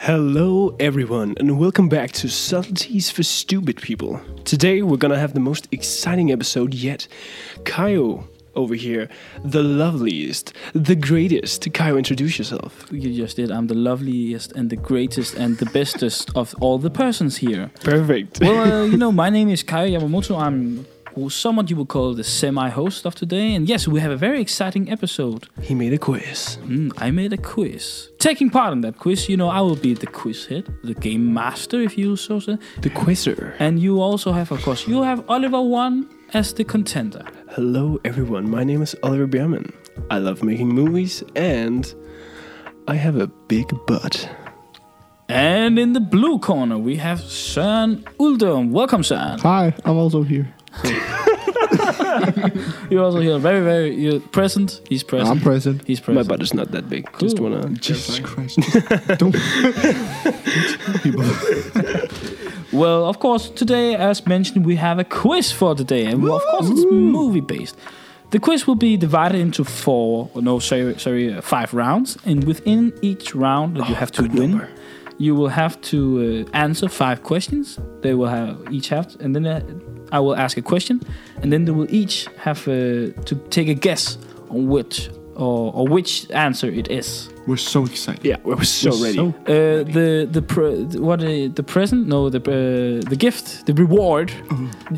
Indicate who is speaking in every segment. Speaker 1: Hello, everyone, and welcome back to Subtleties for Stupid People. Today, we're gonna have the most exciting episode yet. Kaio over here, the loveliest, the greatest. Kaio, introduce yourself.
Speaker 2: You just did. I'm the loveliest and the greatest and the bestest of all the persons here.
Speaker 1: Perfect.
Speaker 2: Well, uh, you know, my name is Kai Yamamoto. I'm somewhat you would call the semi-host of today. And yes, we have a very exciting episode.
Speaker 1: He made a quiz.
Speaker 2: Mm, I made a quiz. Taking part in that quiz, you know, I will be the quiz head, the game master, if you so say.
Speaker 1: The quizzer.
Speaker 2: And you also have, of course, you have Oliver One as the contender.
Speaker 1: Hello, everyone. My name is Oliver Bierman. I love making movies, and I have a big butt.
Speaker 2: And in the blue corner, we have Søren Uldum. Welcome, Søren.
Speaker 3: Hi, I'm also here.
Speaker 2: You're also here. Very, very you're present. He's present.
Speaker 3: I'm present.
Speaker 2: He's
Speaker 1: My
Speaker 2: present.
Speaker 1: butt is not that big. Just
Speaker 2: Cool.
Speaker 1: wanna.
Speaker 3: Jesus Christ. Don't, don't people.
Speaker 2: Well, of course, today, as mentioned, we have a quiz for today, and well, of course, it's movie based. The quiz will be divided into four, or no, sorry, sorry, uh, five rounds, and within each round that you have to
Speaker 1: good
Speaker 2: win,
Speaker 1: number.
Speaker 2: you will have to uh, answer five questions. They will have each have, and then uh, I will ask a question, and then they will each have uh, to take a guess on which or, or which answer it is.
Speaker 3: We're so excited.
Speaker 1: Yeah, we're so
Speaker 3: We're
Speaker 1: ready.
Speaker 3: so-
Speaker 2: Uh, the the pre- what uh, the present no the uh, the gift the reward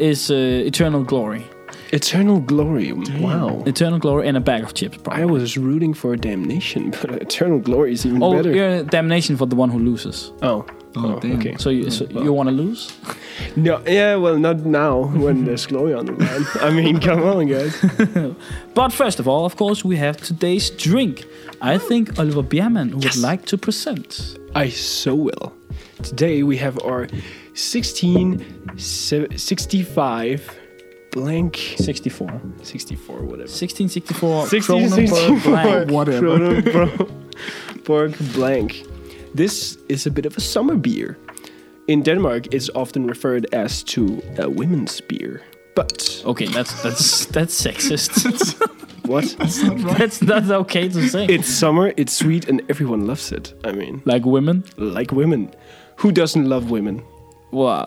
Speaker 2: is uh, eternal glory
Speaker 1: Eternal glory. Wow.
Speaker 2: eternal glory and a bag of chips probably.
Speaker 1: I was rooting for damnation, but eternal glory is even
Speaker 2: oh
Speaker 1: better.
Speaker 2: yeah, damnation for the one who loses
Speaker 1: Oh.
Speaker 3: Oh, damn.
Speaker 1: okay.
Speaker 2: so you so you want to lose
Speaker 1: No, yeah, well, not now when there's glory on the line. I mean, come on, guys.
Speaker 2: but first of all of course we have today's drink I think Oliver Bierman would like to present
Speaker 1: I so will. Today we have our 1665 blank
Speaker 2: 64
Speaker 1: 64 whatever.
Speaker 2: 1664
Speaker 1: 16,
Speaker 2: Kronenbourg blank.
Speaker 3: Whatever.
Speaker 1: Kronenbourg blank. This is a bit of a summer beer. In Denmark, it's often referred as to a women's beer. But
Speaker 2: okay that's that's that's sexist
Speaker 1: what?
Speaker 2: that's not okay to say
Speaker 1: it's summer, it's sweet, and everyone loves it. I mean,
Speaker 2: like women
Speaker 1: like women. Who doesn't love women?
Speaker 2: Well,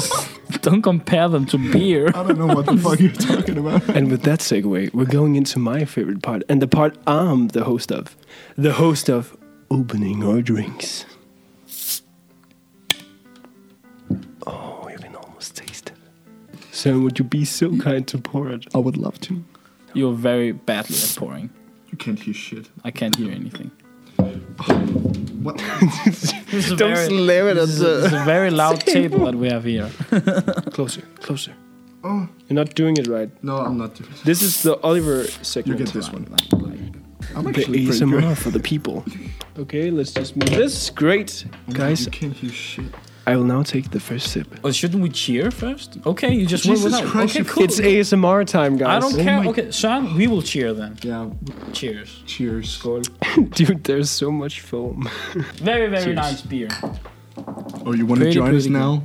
Speaker 2: don't compare them to beer.
Speaker 3: I don't know what the fuck you're talking about.
Speaker 1: And with that segue, we're going into my favorite part, and the part I'm the host of. The host of opening our drinks. Oh, you can almost taste it. So, would you be so kind to pour it?
Speaker 3: I would love to.
Speaker 2: You're very badly at pouring.
Speaker 3: You can't hear shit.
Speaker 2: I can't hear anything.
Speaker 3: What?
Speaker 2: This is a
Speaker 1: Don't slam it
Speaker 2: this
Speaker 1: at
Speaker 2: is a-
Speaker 1: the
Speaker 2: this is a very loud table that we have here.
Speaker 1: Closer, closer.
Speaker 3: Oh.
Speaker 1: You're not doing it right.
Speaker 3: No, I'm not doing it.
Speaker 1: This is the Oliver
Speaker 3: You
Speaker 1: segment.
Speaker 3: get this one. I'm
Speaker 1: The
Speaker 3: actually pretty good.
Speaker 1: ASMR for the people. Okay, let's just move this. Great. Guys,
Speaker 3: You can't hear shit.
Speaker 1: I will now take the first sip.
Speaker 2: Well, Oh, shouldn't we cheer first? Okay, you just
Speaker 3: Jesus
Speaker 2: will without.
Speaker 3: Christ,
Speaker 2: Okay,
Speaker 3: you-
Speaker 2: cool.
Speaker 1: It's ASMR time,
Speaker 2: I
Speaker 1: guys.
Speaker 2: don't
Speaker 3: Oh
Speaker 2: care.
Speaker 3: my-
Speaker 2: Okay, Sean, we will cheer then.
Speaker 3: Yeah.
Speaker 2: Cheers.
Speaker 3: Cheers.
Speaker 1: Dude, there's so much foam.
Speaker 2: Very, very
Speaker 1: Cheers.
Speaker 2: nice beer.
Speaker 3: Oh, you want to
Speaker 2: Pretty,
Speaker 3: join us
Speaker 2: pretty good.
Speaker 3: now?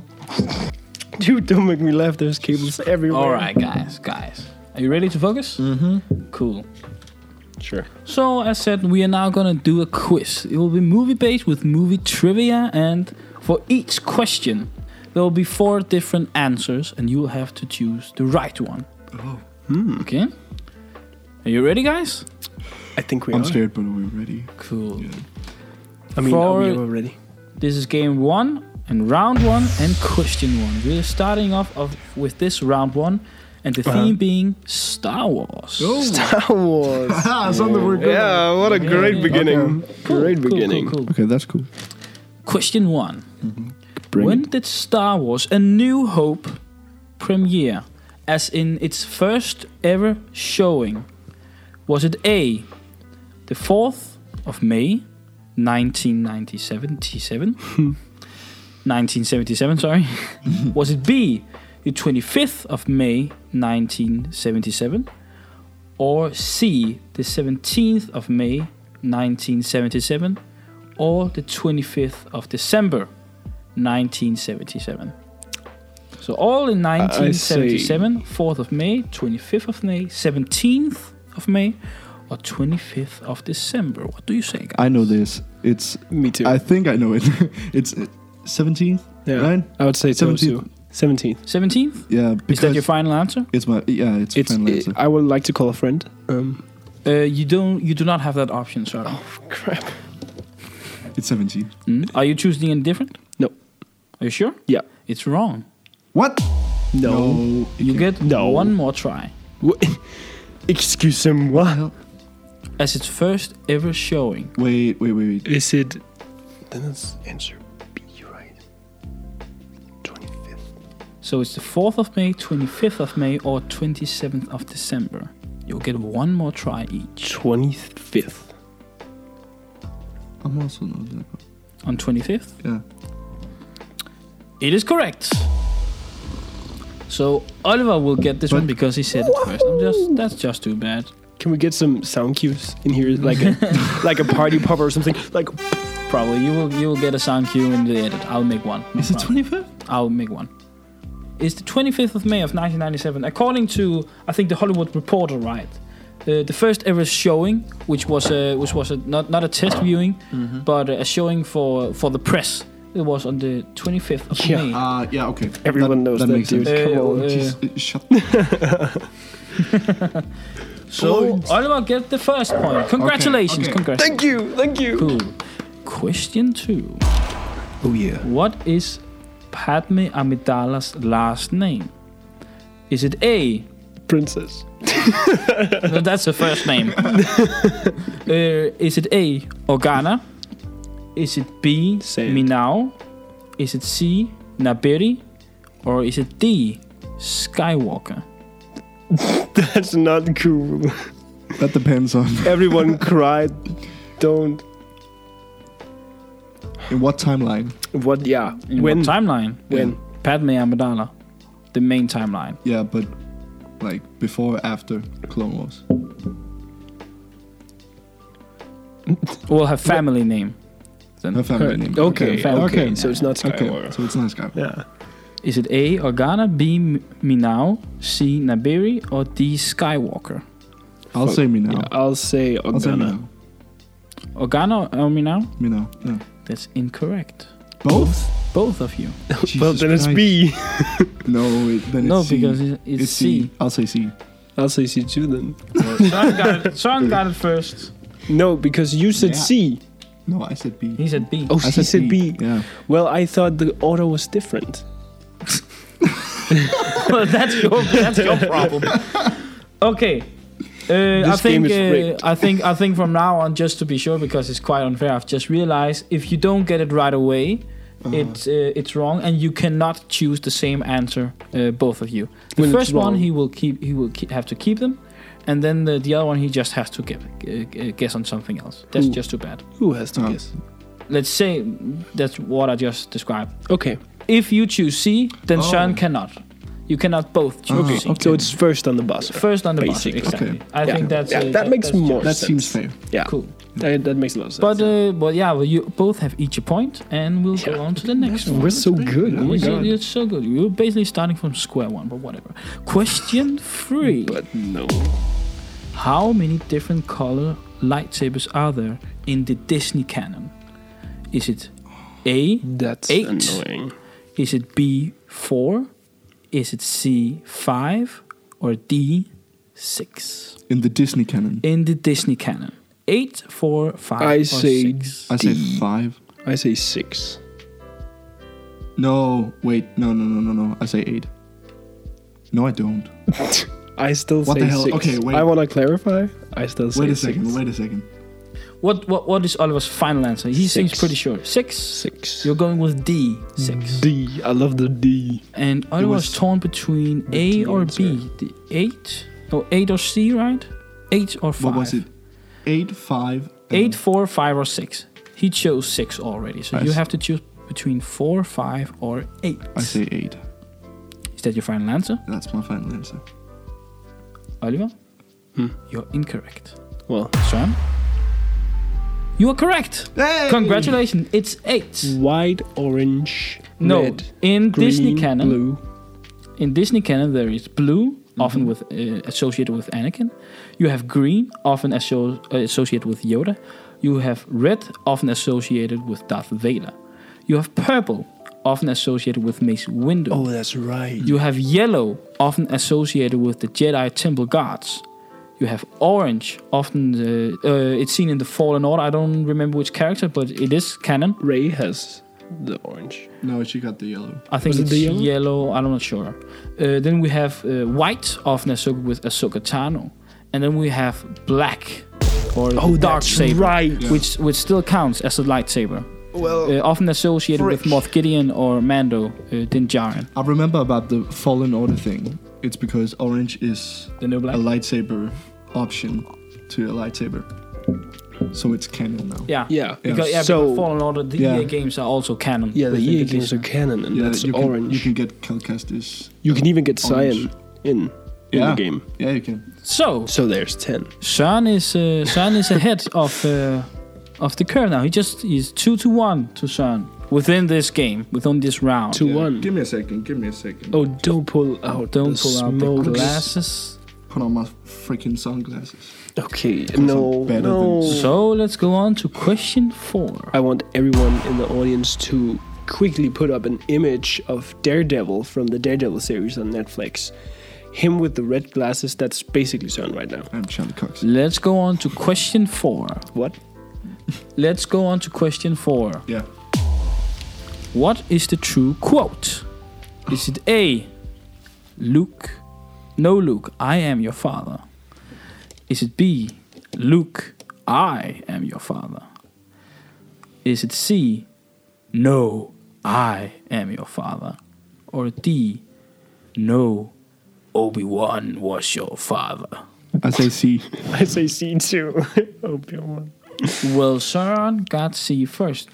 Speaker 1: Dude, don't make me laugh. There's cables everywhere.
Speaker 2: All right, guys, guys. Are you ready to focus? Mm-hmm. Cool.
Speaker 1: Sure.
Speaker 2: So, as said, we are now gonna do a quiz. It will be movie based with movie trivia, and for each question, there will be four different answers, and you will have to choose the right one. Hmm.
Speaker 3: Oh.
Speaker 2: Okay? Are you ready, guys?
Speaker 1: I think we
Speaker 3: I'm
Speaker 1: are.
Speaker 3: scared, but we're ready.
Speaker 2: Cool.
Speaker 3: Yeah.
Speaker 1: I mean, are we
Speaker 2: For-
Speaker 1: already?
Speaker 2: This is game one, and round one, and question one. We're starting off of, with this round one, and the
Speaker 1: Uh-huh.
Speaker 2: theme being Star Wars.
Speaker 1: Star Wars.
Speaker 3: Ah, something we're good
Speaker 1: Oh.
Speaker 3: at.
Speaker 1: yeah, what a great beginning.
Speaker 2: Cool,
Speaker 1: Great
Speaker 2: cool,
Speaker 1: beginning.
Speaker 2: cool, cool.
Speaker 3: Okay, that's cool.
Speaker 2: Question one.
Speaker 1: Mm-hmm. Bring
Speaker 2: when
Speaker 1: it.
Speaker 2: did Star Wars A New Hope premiere? As in its first ever showing? Was it A, the 4th of May, 1997? 1977, sorry. Was it B, the 25th of May, 1977? Or C, the 17th of May, 1977? Or the 25th of December, 1977. So all in
Speaker 1: I say-
Speaker 2: 1977, 4th of May, 25th of May, 17th of May, or 25th of December. What do you say, guys?
Speaker 3: I know this. It's.
Speaker 1: Me too.
Speaker 3: I think I know it. it's 17th,
Speaker 1: yeah.
Speaker 3: right?
Speaker 1: I would say
Speaker 3: 17th.
Speaker 1: 17th. 17th.
Speaker 2: 17th?
Speaker 3: Yeah.
Speaker 2: Is
Speaker 3: Because
Speaker 2: that your final answer?
Speaker 3: It's my. Yeah, it's,
Speaker 1: It's,
Speaker 3: final answer.
Speaker 1: I would like to call a friend. Um,
Speaker 2: Uh, you don't. You do not have that option, sorry.
Speaker 1: Oh. crap.
Speaker 3: it's 17.
Speaker 2: Mm. Are you choosing indifferent?
Speaker 1: No.
Speaker 2: Are you sure?
Speaker 1: Yeah.
Speaker 2: It's wrong.
Speaker 3: What?
Speaker 1: No.
Speaker 2: You get
Speaker 1: No.
Speaker 2: one more try.
Speaker 1: Wha- Excusez-moi.
Speaker 2: As its first ever showing.
Speaker 3: Wait, wait, wait, wait.
Speaker 1: Is it? Then it's answer B, right? Twenty fifth.
Speaker 2: So it's the 4th of May, 25th of May, or 27th of December. You'll get one more try each.
Speaker 1: Twenty fifth.
Speaker 3: I'm also not that.
Speaker 2: On 25th,
Speaker 3: Yeah.
Speaker 2: it is correct. So Oliver will get this
Speaker 3: But-
Speaker 2: one because he said it first. I'm just that's just too bad.
Speaker 1: Can we get some sound cues in here, like a, like a party popper or something? Like
Speaker 2: Probably you will you will get a sound cue in the edit. I'll make one. No
Speaker 3: Is it
Speaker 2: problem.
Speaker 3: 25th?
Speaker 2: I'll make one. It's the 25th of May of 1997. According to, I think, the Hollywood Reporter, right? Uh, the first ever showing, which was a, which was a, not not a test viewing,
Speaker 3: Mm-hmm.
Speaker 2: but a showing for for the press. It was on the 25th of
Speaker 1: Yeah.
Speaker 2: May.
Speaker 3: Uh, yeah, okay.
Speaker 1: everyone knows that,
Speaker 3: makes
Speaker 1: dude.
Speaker 3: sense.
Speaker 2: Uh,
Speaker 1: Come on.
Speaker 2: uh,
Speaker 3: Just, uh, shut
Speaker 2: so
Speaker 3: points.
Speaker 2: Oliver get the first point. Congratulations,
Speaker 3: oh. okay.
Speaker 2: congratulations.
Speaker 1: Thank you, thank you.
Speaker 2: Cool. Question two.
Speaker 1: Oh yeah.
Speaker 2: What is Padme Amidala's last name? Is it A,
Speaker 1: Princess.
Speaker 2: No, that's her first name. uh, is it A, Organa? Is it B,
Speaker 1: Say it.
Speaker 2: Minao? Is it C, Naberi? Or is it D, Skywalker?
Speaker 1: That's not cool.
Speaker 3: That depends on
Speaker 1: Everyone cried. Don't.
Speaker 3: in what timeline.
Speaker 1: What? Yeah.
Speaker 2: In
Speaker 1: when?
Speaker 2: what timeline?
Speaker 1: When?
Speaker 2: Padme Amidala. The main timeline.
Speaker 3: Yeah, but like before, after Clone Wars.
Speaker 2: We'll have family name.
Speaker 3: Her family
Speaker 1: Her-
Speaker 3: name.
Speaker 1: Okay.
Speaker 2: family.
Speaker 1: Okay.
Speaker 3: Okay.
Speaker 1: So it's not
Speaker 3: Okay,
Speaker 1: Skywalker.
Speaker 3: so it's not Skywalker.
Speaker 1: Yeah.
Speaker 2: Is it A, Organa, B, M- Minao, C, Naberi, or D, Skywalker?
Speaker 3: I'll
Speaker 1: Fuck.
Speaker 3: say me now.
Speaker 1: I'll say
Speaker 3: I'll say me
Speaker 1: Organa.
Speaker 3: now.
Speaker 2: Organa or Minao?
Speaker 3: Me now. Yeah.
Speaker 2: That's incorrect.
Speaker 3: Both?
Speaker 2: Both of you.
Speaker 1: Well,
Speaker 3: Jesus
Speaker 1: then it's
Speaker 3: Christ.
Speaker 1: B.
Speaker 3: No, it, then it's
Speaker 2: no,
Speaker 3: C.
Speaker 2: because it's, it's,
Speaker 3: it's
Speaker 2: C.
Speaker 3: C. I'll say C.
Speaker 1: I'll say C two then.
Speaker 2: Sean got it. Sean got it first.
Speaker 1: No, because you said
Speaker 3: Yeah.
Speaker 1: C.
Speaker 3: No, I said B.
Speaker 2: He said B.
Speaker 1: Oh,
Speaker 3: I
Speaker 1: she said B.
Speaker 3: Yeah.
Speaker 1: Well, I thought the order was different.
Speaker 2: well, that's your that's your problem. Okay. Uh, I
Speaker 1: This game
Speaker 2: think
Speaker 1: is
Speaker 2: uh,
Speaker 1: rigged.
Speaker 2: I think I think from now on, just to be sure, because it's quite unfair. I've just realized if you don't get it right away,
Speaker 1: Uh-huh.
Speaker 2: it's uh, it's wrong, and you cannot choose the same answer, uh, both of you. The
Speaker 1: When it's
Speaker 2: first one
Speaker 1: wrong.
Speaker 2: he will keep he will keep, have to keep them, and then the, the other one he just has to get, uh, guess on something else. That's
Speaker 1: Who-
Speaker 2: just too bad.
Speaker 1: Who has to
Speaker 3: Oh.
Speaker 1: guess?
Speaker 2: Let's say that's what I just described.
Speaker 1: Okay.
Speaker 2: If you choose C, then
Speaker 3: Oh.
Speaker 2: Sean cannot. You cannot both choose
Speaker 3: Okay.
Speaker 2: C.
Speaker 1: So it's first on the buzzer.
Speaker 2: First on the buzzer,
Speaker 1: Basically.
Speaker 2: exactly.
Speaker 3: Okay.
Speaker 2: I
Speaker 1: Yeah.
Speaker 2: think that's
Speaker 1: Yeah,
Speaker 2: uh,
Speaker 1: that makes
Speaker 2: that's
Speaker 1: more
Speaker 3: That
Speaker 1: sense.
Speaker 3: seems fair.
Speaker 1: Yeah.
Speaker 2: cool.
Speaker 1: That, that makes a lot of sense.
Speaker 2: But uh, but yeah, well, you both have each a point, and we'll go
Speaker 1: Yeah.
Speaker 2: on to the next one.
Speaker 1: we're so good. Oh my
Speaker 2: It's-
Speaker 1: god.
Speaker 2: It's so good. You're basically starting from square one, but whatever. Question three:
Speaker 1: But no.
Speaker 2: How many different color lightsabers are there in the Disney canon? Is it A?
Speaker 1: That's
Speaker 2: Eight.
Speaker 1: annoying.
Speaker 2: Is it B four? Is it C five or D six?
Speaker 3: In the Disney canon,
Speaker 2: In the Disney canon, eight, four, five,
Speaker 1: I
Speaker 2: or
Speaker 1: say
Speaker 2: six.
Speaker 3: I say
Speaker 1: D.
Speaker 3: five.
Speaker 1: I say six.
Speaker 3: No, wait, no, no, no, no, no. I say eight. No, I don't.
Speaker 1: I still
Speaker 3: What
Speaker 1: say
Speaker 3: the hell?
Speaker 1: six.
Speaker 3: Okay, wait.
Speaker 1: I want to clarify. I still say
Speaker 3: Wait a
Speaker 1: six.
Speaker 3: second. Wait a second.
Speaker 2: What what what is Oliver's final answer? He seems
Speaker 1: Six.
Speaker 2: pretty sure. 6
Speaker 1: Six.
Speaker 2: You're going with D. Six.
Speaker 1: D. I love the D.
Speaker 2: And Oliver's
Speaker 3: was
Speaker 2: torn between A
Speaker 1: D
Speaker 2: or B.
Speaker 1: answer.
Speaker 2: The eight? Oh, eight or C, right? Eight or five.
Speaker 3: What was it? Eight, five. and-
Speaker 2: Eight, four, five, or six. He chose six already, so
Speaker 3: I
Speaker 2: you
Speaker 3: s-
Speaker 2: have to choose between four, five, or eight.
Speaker 3: I say eight.
Speaker 2: Is that your final answer,
Speaker 3: That's my final answer.
Speaker 2: Oliver? You're incorrect.
Speaker 1: Well,
Speaker 2: Sam? You are correct.
Speaker 3: Hey!
Speaker 2: Congratulations, it's eight.
Speaker 1: white, orange,
Speaker 2: No,
Speaker 1: red,
Speaker 2: in
Speaker 1: green,
Speaker 2: Disney canon,
Speaker 1: blue. Mm-hmm.
Speaker 2: in Disney canon there is blue, often with uh, associated with Anakin. You have green, often asso- uh, associated with Yoda. You have red, often associated with Darth Vader. You have purple, often associated with Mace Windu.
Speaker 1: Oh, that's right.
Speaker 2: You have yellow, often associated with the Jedi Temple Guards. You have orange, often uh, uh, it's seen in the Fallen Order. I don't remember which character, but it is canon.
Speaker 1: Ray has the orange.
Speaker 3: No, she got the yellow.
Speaker 2: I think
Speaker 1: Was it
Speaker 2: it's
Speaker 1: the
Speaker 2: yellow?
Speaker 1: yellow?
Speaker 2: I'm not sure. Uh, then we have uh, white, often associated with Ahsoka Tano, and then we have black or
Speaker 1: Oh,
Speaker 2: the dark
Speaker 1: that's
Speaker 2: saber,
Speaker 1: right.
Speaker 3: Yeah.
Speaker 2: which which still counts as a lightsaber.
Speaker 1: Well,
Speaker 2: Uh, often associated with
Speaker 1: Frick.
Speaker 2: Moth Gideon or Mando uh, Din Djarin.
Speaker 3: I remember about the Fallen Order thing. It's because orange is
Speaker 2: The new black.
Speaker 3: a lightsaber option to your lightsaber. So it's canon now.
Speaker 2: yeah.
Speaker 1: yeah.
Speaker 2: Because, yeah,
Speaker 1: So-
Speaker 2: because Fallen Order, the
Speaker 3: Yeah.
Speaker 2: EA games are also canon.
Speaker 1: Yeah, the
Speaker 2: within
Speaker 1: EA
Speaker 2: Disney.
Speaker 1: games are canon, and that's
Speaker 3: you can,
Speaker 1: orange.
Speaker 3: You can get Cal Kestis.
Speaker 1: even get
Speaker 3: Orange.
Speaker 1: cyan in in
Speaker 3: Yeah.
Speaker 1: the game.
Speaker 3: Yeah, you can.
Speaker 2: So
Speaker 1: So there's ten.
Speaker 2: Sean is uh, Sean is ahead of uh, of the curve now. He just he's two to one to Sean within this game, within this round.
Speaker 1: Two.
Speaker 3: Yeah.
Speaker 1: One.
Speaker 3: Give me a second. Give me a second.
Speaker 1: Oh, don't pull out.
Speaker 2: Don't
Speaker 1: the
Speaker 2: pull out
Speaker 1: smokes.
Speaker 2: the glasses.
Speaker 3: Put on my freaking sunglasses.
Speaker 1: Okay, no,
Speaker 3: better
Speaker 1: no.
Speaker 3: than-
Speaker 2: So let's go on to question four.
Speaker 1: I want everyone in the audience to quickly put up an image of Daredevil from the Daredevil series on Netflix. Him with the red glasses. That's basically Sean right now.
Speaker 3: I'm Charlie Cox.
Speaker 2: Let's go on to question four.
Speaker 1: What?
Speaker 2: Let's go on to question four.
Speaker 3: Yeah.
Speaker 2: What is the true quote? Is it A, Luke? No, Luke, I am your father. Is it B, Luke, I am your father? Is it C, No, I am your father? Or D, No, Obi Wan was your father?
Speaker 3: I say C.
Speaker 1: I say C Oh, two. Opium one.
Speaker 2: Well, Sauron got C first.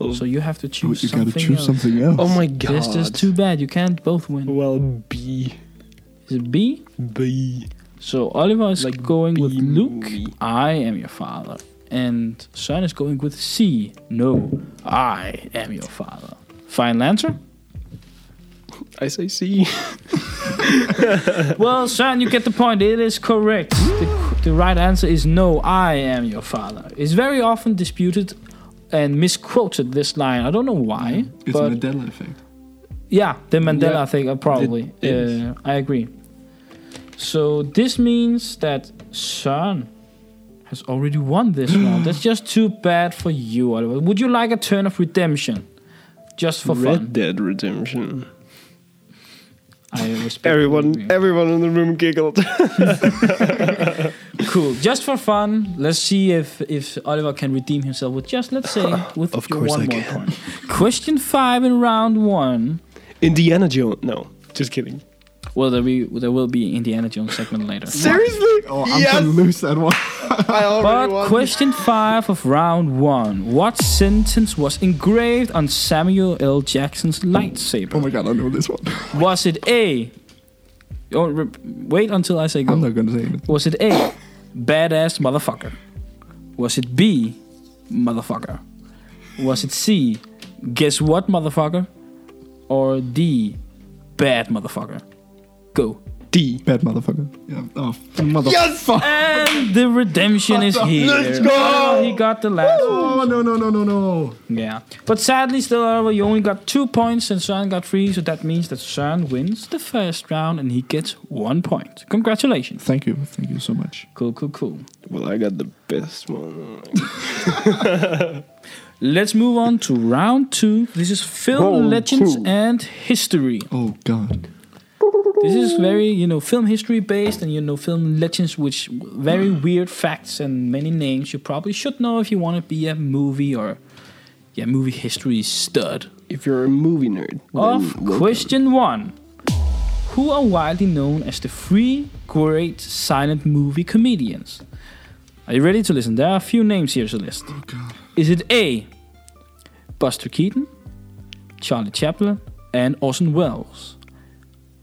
Speaker 1: Oh.
Speaker 2: So you have to choose
Speaker 3: you gotta
Speaker 2: something
Speaker 3: choose
Speaker 2: else.
Speaker 3: something else.
Speaker 1: Oh my god.
Speaker 2: This is too bad. You can't both win.
Speaker 1: Well, B
Speaker 2: Is it B?
Speaker 1: B.
Speaker 2: So Oliver is
Speaker 1: Like
Speaker 2: going with
Speaker 1: B
Speaker 2: Luke.
Speaker 1: movie.
Speaker 2: I am your father. And Son is going with C. No, I am your father. Final answer?
Speaker 1: I say C.
Speaker 2: well, Son, you get the point. It is correct. The, the right answer is no, I am your father. It's very often disputed and misquoted this line. I don't know why.
Speaker 3: It's
Speaker 2: but
Speaker 3: an Adela effect.
Speaker 2: Yeah, the Mandela
Speaker 1: Yeah,
Speaker 2: thing, uh, probably.
Speaker 1: it is.
Speaker 2: Uh, I agree. So this means that Sun has already won this round. That's just too bad for you, Oliver. Would you like a turn of redemption? Just for
Speaker 1: Red
Speaker 2: fun.
Speaker 1: Dead Redemption.
Speaker 2: I respect you.
Speaker 1: Everyone, everyone in the room giggled.
Speaker 2: Cool. Just for fun, let's see if if Oliver can redeem himself with just let's say with
Speaker 1: Of
Speaker 2: your
Speaker 1: course
Speaker 2: one
Speaker 1: I
Speaker 2: more
Speaker 1: can.
Speaker 2: point. Question five in round one.
Speaker 1: Indiana Jones. No, just kidding.
Speaker 2: Well, there be there will be Indiana Jones segment later.
Speaker 1: Seriously?
Speaker 3: Oh, I'm gonna lose that one.
Speaker 1: I already
Speaker 2: But question five of round one: What sentence was engraved on Samuel L. Jackson's
Speaker 3: oh
Speaker 2: lightsaber?
Speaker 3: my god, I know this one.
Speaker 2: Was it A? Oh, re- wait until I say go.
Speaker 3: I'm not gonna say it.
Speaker 2: Was it A? Badass motherfucker. Was it B? Motherfucker. Was it C? Guess what, motherfucker? Or D? Bad motherfucker. Go.
Speaker 1: D.
Speaker 3: Bad motherfucker. Yeah. Oh, motherfucker.
Speaker 2: And the redemption is here.
Speaker 1: Let's go!
Speaker 2: Oh, he got the last one.
Speaker 3: Oh, no, no, no, no, no.
Speaker 2: Yeah. But sadly, still, however, you only got two points and Søren got three, so that means that Søren wins the first round and he gets one point. Congratulations.
Speaker 3: Thank you. Thank you so much.
Speaker 2: Cool, cool, cool.
Speaker 1: Well, I got the best one.
Speaker 2: Let's move on to round two. This is film
Speaker 1: Round
Speaker 2: legends
Speaker 1: two.
Speaker 2: and history.
Speaker 3: Oh god.
Speaker 2: This is very, you know, film history based and, you know, film legends, which very weird facts and many names you probably should know if you want to be a movie or, yeah, movie history stud.
Speaker 1: If you're a movie nerd, then
Speaker 2: of
Speaker 1: welcome.
Speaker 2: question one. Who are widely known as the three great silent movie comedians? Are you ready to listen? There are a few names here to list.
Speaker 3: God.
Speaker 2: Is it A. Buster Keaton, Charlie Chaplin, and Orson Welles?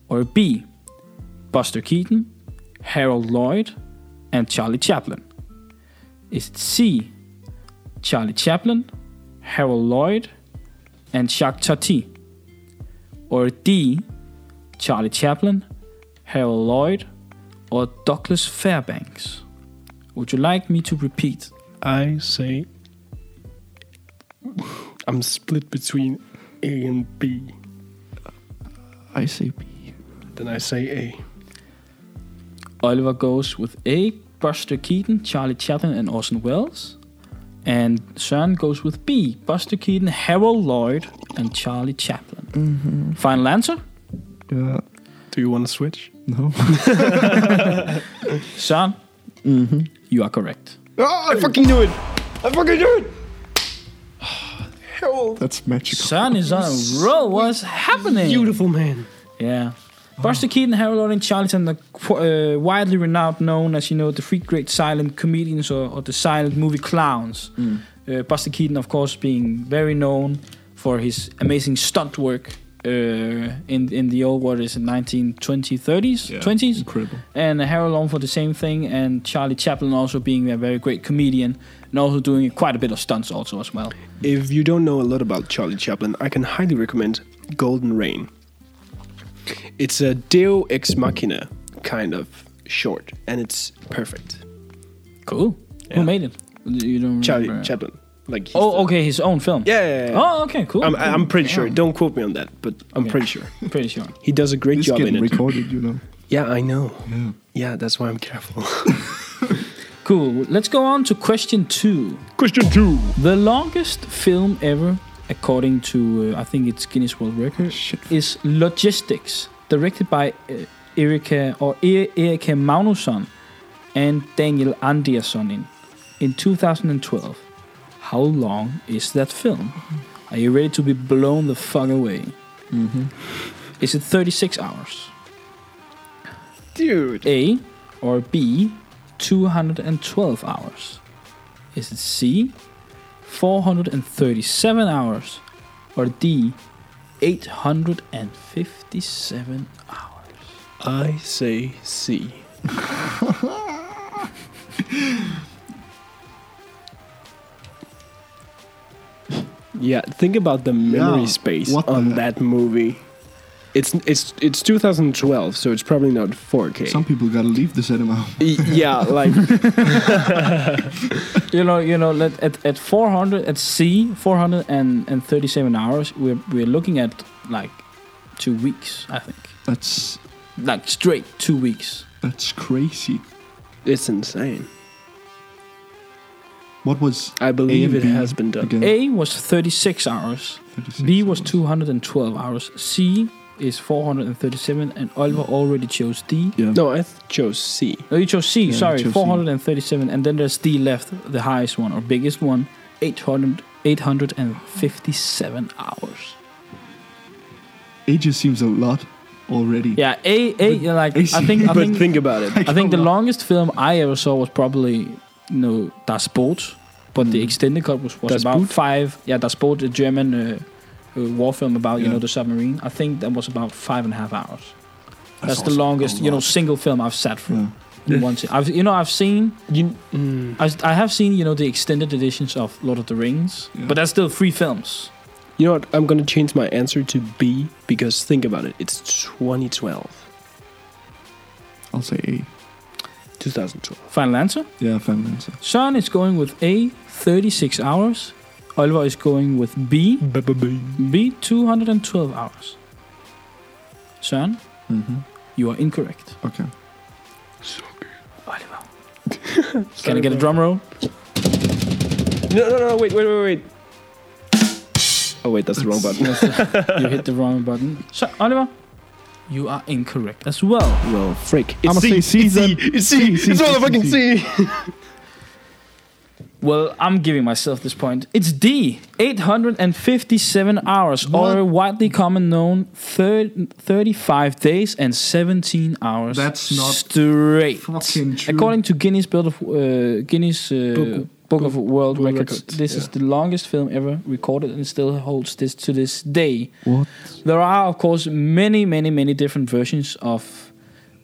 Speaker 2: Or B. Buster Keaton, Harold Lloyd, and Charlie Chaplin? Is it C. Charlie Chaplin, Harold Lloyd, and Jacques Tati? Or D. Charlie Chaplin, Harold Lloyd, or Douglas Fairbanks? Would you like me to repeat?
Speaker 1: I say I'm split between A and B.
Speaker 3: I say B.
Speaker 1: Then I say A.
Speaker 2: Oliver goes with A, Buster Keaton, Charlie Chaplin, and Orson Welles. And Søren goes with B, Buster Keaton, Harold Lloyd, and Charlie Chaplin. Final answer?
Speaker 3: Yeah.
Speaker 1: Do you want to switch?
Speaker 3: Uh, No.
Speaker 2: Søren, you are correct.
Speaker 1: Oh, I fucking knew it! I fucking knew it! Harold!
Speaker 3: That's magical.
Speaker 2: Søren is on a roll. What's happening?
Speaker 1: Beautiful man.
Speaker 2: Yeah. Buster Keaton, Harold Lloyd, and Charlie Chaplin are qu- uh, widely renowned, known as you know the three great silent comedians or, or the silent movie clowns. Uh, Buster Keaton, of course, being very known for his amazing stunt work uh, in in the old what is it 1920s, 30s, 20s,
Speaker 3: Incredible.
Speaker 2: and Harold Lloyd for the same thing, and Charlie Chaplin also being a very great comedian and also doing quite a bit of stunts also as well.
Speaker 1: If you don't know a lot about Charlie Chaplin, I can highly recommend Golden Rain. It's a Deo Ex Machina kind of short, and it's perfect.
Speaker 2: Cool.
Speaker 1: Yeah.
Speaker 2: Who made it? You don't
Speaker 1: Charlie
Speaker 2: remember.
Speaker 1: Chaplin. Like he's
Speaker 2: Oh,
Speaker 1: the-
Speaker 2: okay, his own film.
Speaker 1: Yeah, yeah, yeah, yeah.
Speaker 2: Oh, okay, cool.
Speaker 1: I'm, I'm pretty sure.
Speaker 2: Yeah.
Speaker 1: Don't quote me on that, but I'm
Speaker 2: Okay.
Speaker 1: pretty sure.
Speaker 2: Pretty sure.
Speaker 1: He does a great
Speaker 3: This
Speaker 1: job in
Speaker 3: getting
Speaker 1: it.
Speaker 3: recorded, you know.
Speaker 1: Yeah, I know.
Speaker 3: Yeah.
Speaker 1: Yeah, that's why I'm careful.
Speaker 2: Cool. Let's go on to question two.
Speaker 1: Question two.
Speaker 2: The longest film ever, according to uh, I think it's Guinness World Record,
Speaker 1: Oh,
Speaker 3: Shit.
Speaker 2: is Logistics, directed by uh, Erika or e- Erika Magnusson and Daniel Andersson in, in 2012. How long is that film? Are you ready to be blown the fuck away?
Speaker 3: Mm-hmm.
Speaker 2: Is it 36 hours?
Speaker 1: Dude.
Speaker 2: A or B 212 hours? Is it C 437 hours or D 857 hours?
Speaker 1: I say C. yeah, think about the memory
Speaker 3: Yeah,
Speaker 1: space
Speaker 3: what the
Speaker 1: on
Speaker 3: heck?
Speaker 1: that movie. It's it's it's 2012, so it's probably not 4K.
Speaker 3: Some people gotta leave the cinema.
Speaker 1: Y- yeah, like
Speaker 2: You know, you know, let, at at 400 at C 437 hours, we're we're looking at like two weeks, I think,
Speaker 3: That's
Speaker 2: like straight two weeks.
Speaker 3: that's crazy.
Speaker 1: it's insane.
Speaker 3: What was
Speaker 1: I believe
Speaker 3: and
Speaker 1: it
Speaker 3: B
Speaker 1: has been done.
Speaker 3: again?
Speaker 2: A was 36 hours.
Speaker 3: 36
Speaker 2: B was
Speaker 3: hours.
Speaker 2: 212 hours. C is 437, and Oliver already chose D.
Speaker 3: Yeah.
Speaker 1: No, I th- chose C.
Speaker 2: No, you chose C.
Speaker 3: Yeah, I
Speaker 2: sorry,
Speaker 3: chose C.
Speaker 2: 437, and then there's D left, the highest one or biggest one, 800, 857 hours.
Speaker 3: It just seems a lot already.
Speaker 2: Yeah, A, A, yeah, like I think, I
Speaker 1: but
Speaker 2: think,
Speaker 1: think about it.
Speaker 2: I think the longest film I ever saw was probably you know Das Boot, but the extended cut was, was
Speaker 1: Das
Speaker 2: about
Speaker 1: Boot?
Speaker 2: five. Yeah, Das Boot, a German uh, uh, war film about you
Speaker 3: Yeah.
Speaker 2: know the submarine. I think that was about five and a half hours. That's, Mm. the
Speaker 3: also
Speaker 2: longest,
Speaker 3: a
Speaker 2: you know,
Speaker 3: lot.
Speaker 2: single film I've sat through.
Speaker 3: Yeah.
Speaker 2: in one sit. I've, you know, I've seen,
Speaker 1: You, mm,
Speaker 2: I, I have seen, you know, the extended editions of Lord of the Rings,
Speaker 3: Yeah.
Speaker 2: but that's still three films.
Speaker 1: you know what? I'm gonna change my answer to B because think about it. It's 2012.
Speaker 3: I'll say A.
Speaker 1: 2012.
Speaker 2: Final answer:
Speaker 3: Yeah, final answer.
Speaker 2: Sean is going with A, 36 hours. Oliver is going with B, B, 212 hours. Sean,
Speaker 3: Mm-hmm.
Speaker 2: you are incorrect.
Speaker 3: Okay.
Speaker 2: Oliver, can I get a drum roll?
Speaker 1: No, no, no, wait, wait, wait, wait. Oh, wait, that's the wrong button.
Speaker 2: you hit the wrong button. So, Oliver, you are incorrect as well.
Speaker 1: Well, frick. It's
Speaker 3: I'ma
Speaker 1: C,
Speaker 3: say C
Speaker 1: it's C,
Speaker 3: then.
Speaker 1: it's C,
Speaker 3: C,
Speaker 1: it's
Speaker 3: C,
Speaker 1: all a
Speaker 3: C,
Speaker 1: fucking C.
Speaker 2: Well, I'm giving myself this point. It's D, 857 hours, or widely common known thir- 35 days and 17 hours.
Speaker 3: That's not
Speaker 2: straight.
Speaker 3: fucking true.
Speaker 2: According to Guinness Build of uh, Guinness uh, Book,
Speaker 1: Book-
Speaker 2: of World
Speaker 1: World
Speaker 2: Records,
Speaker 1: Records,
Speaker 2: this is the longest film ever recorded and still holds this to this day.
Speaker 3: What?
Speaker 2: There are, of course, many, many, many different versions of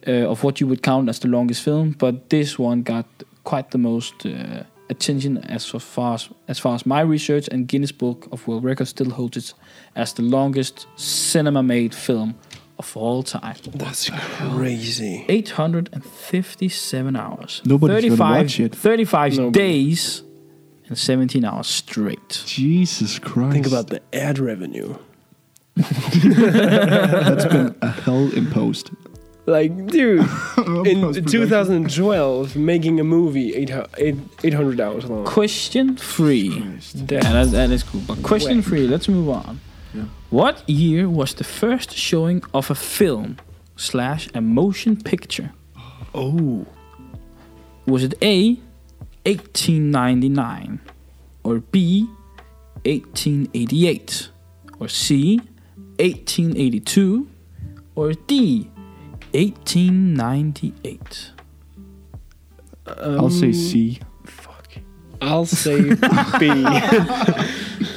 Speaker 2: uh, of what you would count as the longest film, but this one got quite the most uh, attention as far as, as far as my research and Guinness Book of World Records still holds it as the longest cinema-made film of all time.
Speaker 1: That's crazy.
Speaker 2: 857 hours.
Speaker 3: Nobody's
Speaker 2: 35,
Speaker 3: gonna watch it.
Speaker 2: 35
Speaker 1: Nobody.
Speaker 2: days and 17 hours straight.
Speaker 3: Jesus Christ.
Speaker 1: Think about the ad revenue.
Speaker 3: That's been a hell imposed.
Speaker 1: Like, dude, in
Speaker 3: Post-production.
Speaker 1: 2012, making a movie eight, hu- eight, 800 hours long.
Speaker 2: Question three.
Speaker 3: Christ.
Speaker 2: Yeah,
Speaker 1: Damn.
Speaker 2: that, that is cool. But question
Speaker 1: Whack.
Speaker 2: three, let's move on.
Speaker 3: Yeah.
Speaker 2: What year was the first showing of a film slash a motion picture?
Speaker 1: Oh.
Speaker 2: Was it A, 1899, or B, 1888, or C, 1882, or D, 1898?
Speaker 3: I'll say C.
Speaker 1: Fuck. I'll say B.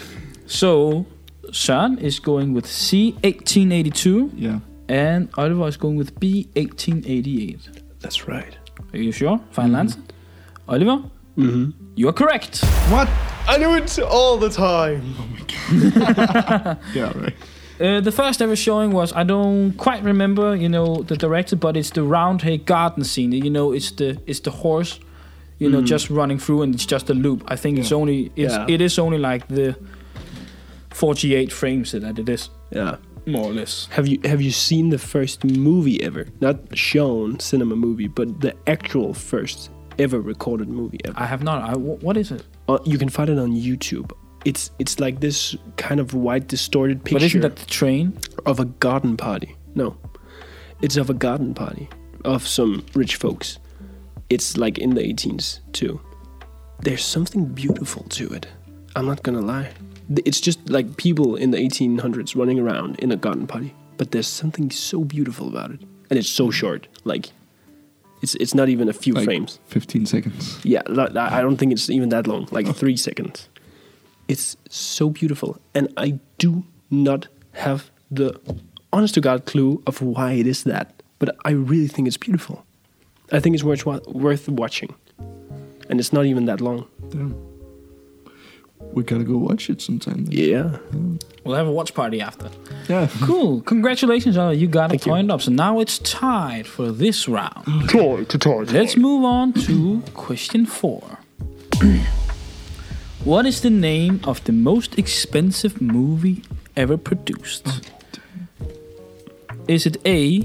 Speaker 2: So, Sean is going with C, 1882,
Speaker 3: Yeah.
Speaker 2: and Oliver is going with B, 1888.
Speaker 1: That's right.
Speaker 2: Are you sure? Final answer? Oliver,
Speaker 1: Mm-hmm.
Speaker 2: you are correct.
Speaker 3: What?
Speaker 1: I do it all the time.
Speaker 3: Oh Yeah, right.
Speaker 2: Uh, the first ever showing was I don't quite remember, you know, the director, but it's the Roundhay Garden scene. You know, it's the it's the horse, you know, just running through, and it's just a loop. I think it's
Speaker 3: Yeah.
Speaker 2: only it's
Speaker 1: Mm. Yeah.
Speaker 2: it is only like the forty-eight frames that it is
Speaker 1: Yeah.
Speaker 2: more or less.
Speaker 1: Have you have you seen the first movie ever? Not shown cinema movie, but the actual first ever recorded movie ever.
Speaker 2: I have not. I, wh- what is it?
Speaker 1: Uh, you can find it on YouTube. It's it's like this kind of white distorted
Speaker 2: But isn't
Speaker 1: picture
Speaker 2: that the train?
Speaker 1: of a garden party. No, it's of a garden party of some rich folks. It's like in the 18s too. There's something beautiful to it. I'm not gonna lie. Th- It's just like people in the 1800s running around in a garden party. But there's something so beautiful about it, and it's so short. Like, it's it's not even a few
Speaker 3: Like
Speaker 1: frames.
Speaker 3: 15 seconds.
Speaker 1: Yeah, li- li- I don't think it's even that long, like three seconds. Oh. It's so beautiful, and I do not have the honest to God clue of why it is that, but I really think it's beautiful. I think it's worth wa- worth watching, and it's not even that long.
Speaker 3: Damn. We gotta go watch it sometime. Then.
Speaker 1: Yeah,
Speaker 2: We'll have a watch party after.
Speaker 3: Yeah.
Speaker 2: Cool. Congratulations, Oliver. You got
Speaker 1: Thank
Speaker 2: a
Speaker 1: you.
Speaker 2: point up. So now it's tied for this round.
Speaker 1: toy to toy.
Speaker 2: Let's move on to question four. what is the name of the most expensive movie ever produced? Is it A,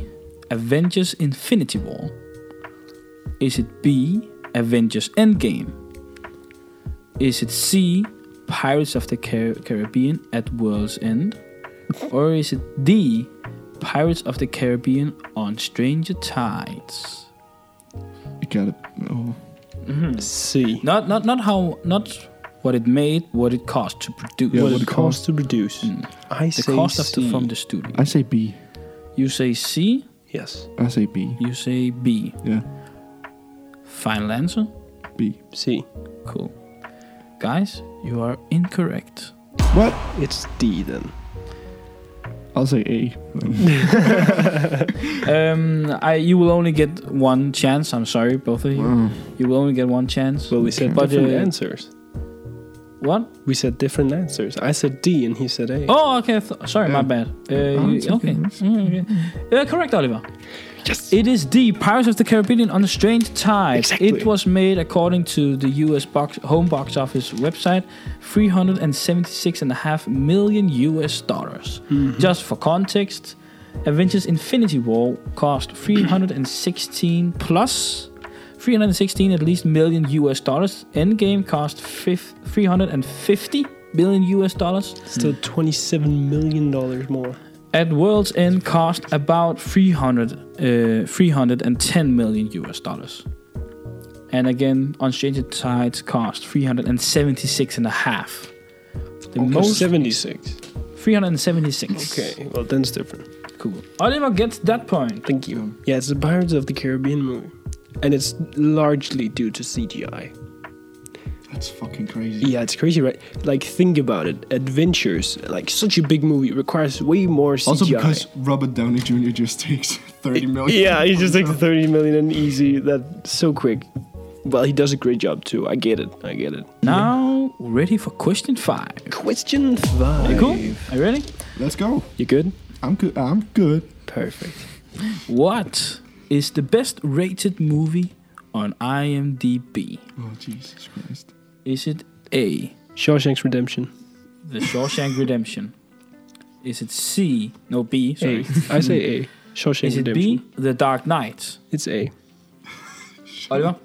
Speaker 2: Avengers Infinity War? Is it B, Avengers Endgame? Is it C, Pirates of the Car- Caribbean at World's End? Or is it D, Pirates of the Caribbean on Stranger Tides?
Speaker 3: You gotta. Oh.
Speaker 1: see
Speaker 2: Not not not how not what it made, what it cost to produce.
Speaker 3: Yeah,
Speaker 1: what
Speaker 3: what
Speaker 1: it Hmm.
Speaker 3: it
Speaker 1: costs to produce. I
Speaker 2: the
Speaker 1: say
Speaker 2: cost of
Speaker 1: C.
Speaker 2: the, from the studio.
Speaker 3: I say B.
Speaker 2: You say C,
Speaker 1: yes,
Speaker 3: I say B.
Speaker 2: you say B.
Speaker 3: Yeah.
Speaker 2: Final answer.
Speaker 3: B.
Speaker 1: C.
Speaker 2: Cool. Guys, you are incorrect.
Speaker 3: What?
Speaker 1: It's D then.
Speaker 3: I'll say A.
Speaker 2: Um, I you will only get one chance. I'm sorry, both of you. You will only get one chance.
Speaker 1: Well, we said
Speaker 2: But,
Speaker 1: different
Speaker 2: uh,
Speaker 1: answers.
Speaker 2: what?
Speaker 1: We said different answers. I said D and he said A.
Speaker 2: Oh, okay. Th- sorry, my
Speaker 3: Yeah.
Speaker 2: bad. Uh,
Speaker 3: Oh,
Speaker 2: you,
Speaker 3: it's okay,
Speaker 2: okay.
Speaker 3: it's
Speaker 2: Mm, okay. Uh, correct, Oliver.
Speaker 1: yes.
Speaker 2: It is the Pirates of the Caribbean on the Strange Tide.
Speaker 1: Exactly.
Speaker 2: It was made, according to the US box, home box office website, 376.5 million US dollars.
Speaker 1: Mm-hmm.
Speaker 2: Just for context, Avengers Infinity War cost 316 plus 316 at least million US dollars. Endgame cost fif- 350 billion US dollars.
Speaker 1: Still twenty-seven million dollars more.
Speaker 2: At World's End cost about 300, uh, 310 million US dollars. And again, Unchanged Tides cost 376 and a half. The most
Speaker 1: 76.
Speaker 2: 376.
Speaker 1: Okay, well then it's different.
Speaker 2: Cool. Oliver gets that point.
Speaker 1: Thank you.
Speaker 2: Hmm.
Speaker 1: Yeah, it's the Pirates of the Caribbean movie, and it's largely due to CGI.
Speaker 3: That's fucking crazy.
Speaker 1: Yeah, it's crazy, right? Like think about it. Adventures, like such a big movie, requires way more CGI.
Speaker 3: Also because Robert Downey Jr. just takes 30 million.
Speaker 1: Yeah, he just takes 30 million and easy. That so quick. Well, he does a great job too. I get it. I get it.
Speaker 2: Now, ready for question five.
Speaker 1: Question five.
Speaker 2: You cool? Are you ready?
Speaker 3: Let's go.
Speaker 1: You good?
Speaker 3: I'm good. I'm good.
Speaker 1: Perfect.
Speaker 2: What is the best rated movie on IMDb?
Speaker 3: Oh Jesus Christ.
Speaker 2: Is it A,
Speaker 1: Shawshank's Redemption.
Speaker 2: The Shawshank Redemption? Is it C? No,
Speaker 1: A.
Speaker 2: B. Sorry.
Speaker 1: I say A. Shawshank
Speaker 2: Is it
Speaker 1: Redemption.
Speaker 2: B? The Dark Knight.
Speaker 1: It's A.
Speaker 2: Oliver,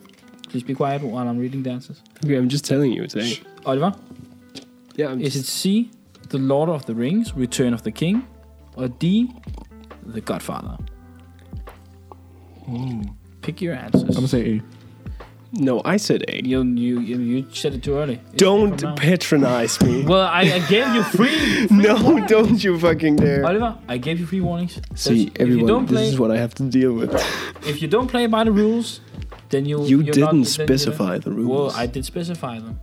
Speaker 2: please be quiet while I'm reading the answers.
Speaker 1: Okay, I'm just telling you, it's A.
Speaker 2: Oliver,
Speaker 1: Yeah, I'm
Speaker 2: is it
Speaker 1: just,
Speaker 2: C? The Lord of the Rings, Return of the King, or D? The Godfather.
Speaker 1: Hmm.
Speaker 2: Pick your answers.
Speaker 3: gonna say A.
Speaker 1: no, I said A.
Speaker 2: You you you you said it too early. It's
Speaker 1: Don't
Speaker 2: from now.
Speaker 1: patronize me.
Speaker 2: Well, I, I gave you three.
Speaker 1: no, don't you fucking dare.
Speaker 2: Oliver, I gave you three warnings.
Speaker 1: See,
Speaker 2: There's-
Speaker 1: everyone,
Speaker 2: if you don't play,
Speaker 1: this is what I have to deal with.
Speaker 2: if you don't play by the rules, then you
Speaker 1: You
Speaker 2: you're
Speaker 1: didn't
Speaker 2: not- then you're-
Speaker 1: specify the
Speaker 2: Well,
Speaker 1: rules.
Speaker 2: I did specify them.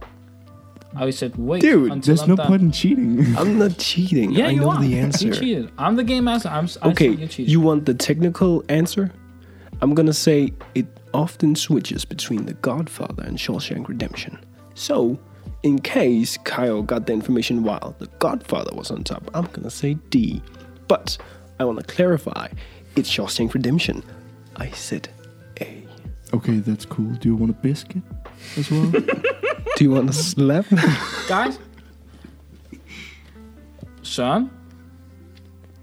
Speaker 2: I said wait.
Speaker 1: Dude,
Speaker 2: until
Speaker 3: There's
Speaker 2: I'm
Speaker 3: no
Speaker 2: done.
Speaker 3: point in cheating.
Speaker 1: I'm not cheating.
Speaker 2: Yeah,
Speaker 1: I
Speaker 2: you
Speaker 1: know
Speaker 2: are.
Speaker 1: the answer.
Speaker 2: You cheated. I'm the game master. I'm. s- I
Speaker 1: Okay,
Speaker 2: said you cheated.
Speaker 1: you want the technical answer? I'm gonna say it often switches between The Godfather and Shawshank Redemption. So, in case Kyle got the information while The Godfather was on top, I'm gonna say D. But I wanna clarify it's Shawshank Redemption. I said A.
Speaker 3: okay, that's cool. Do you want a biscuit as well?
Speaker 1: Do you wanna slap?
Speaker 2: guys. Son,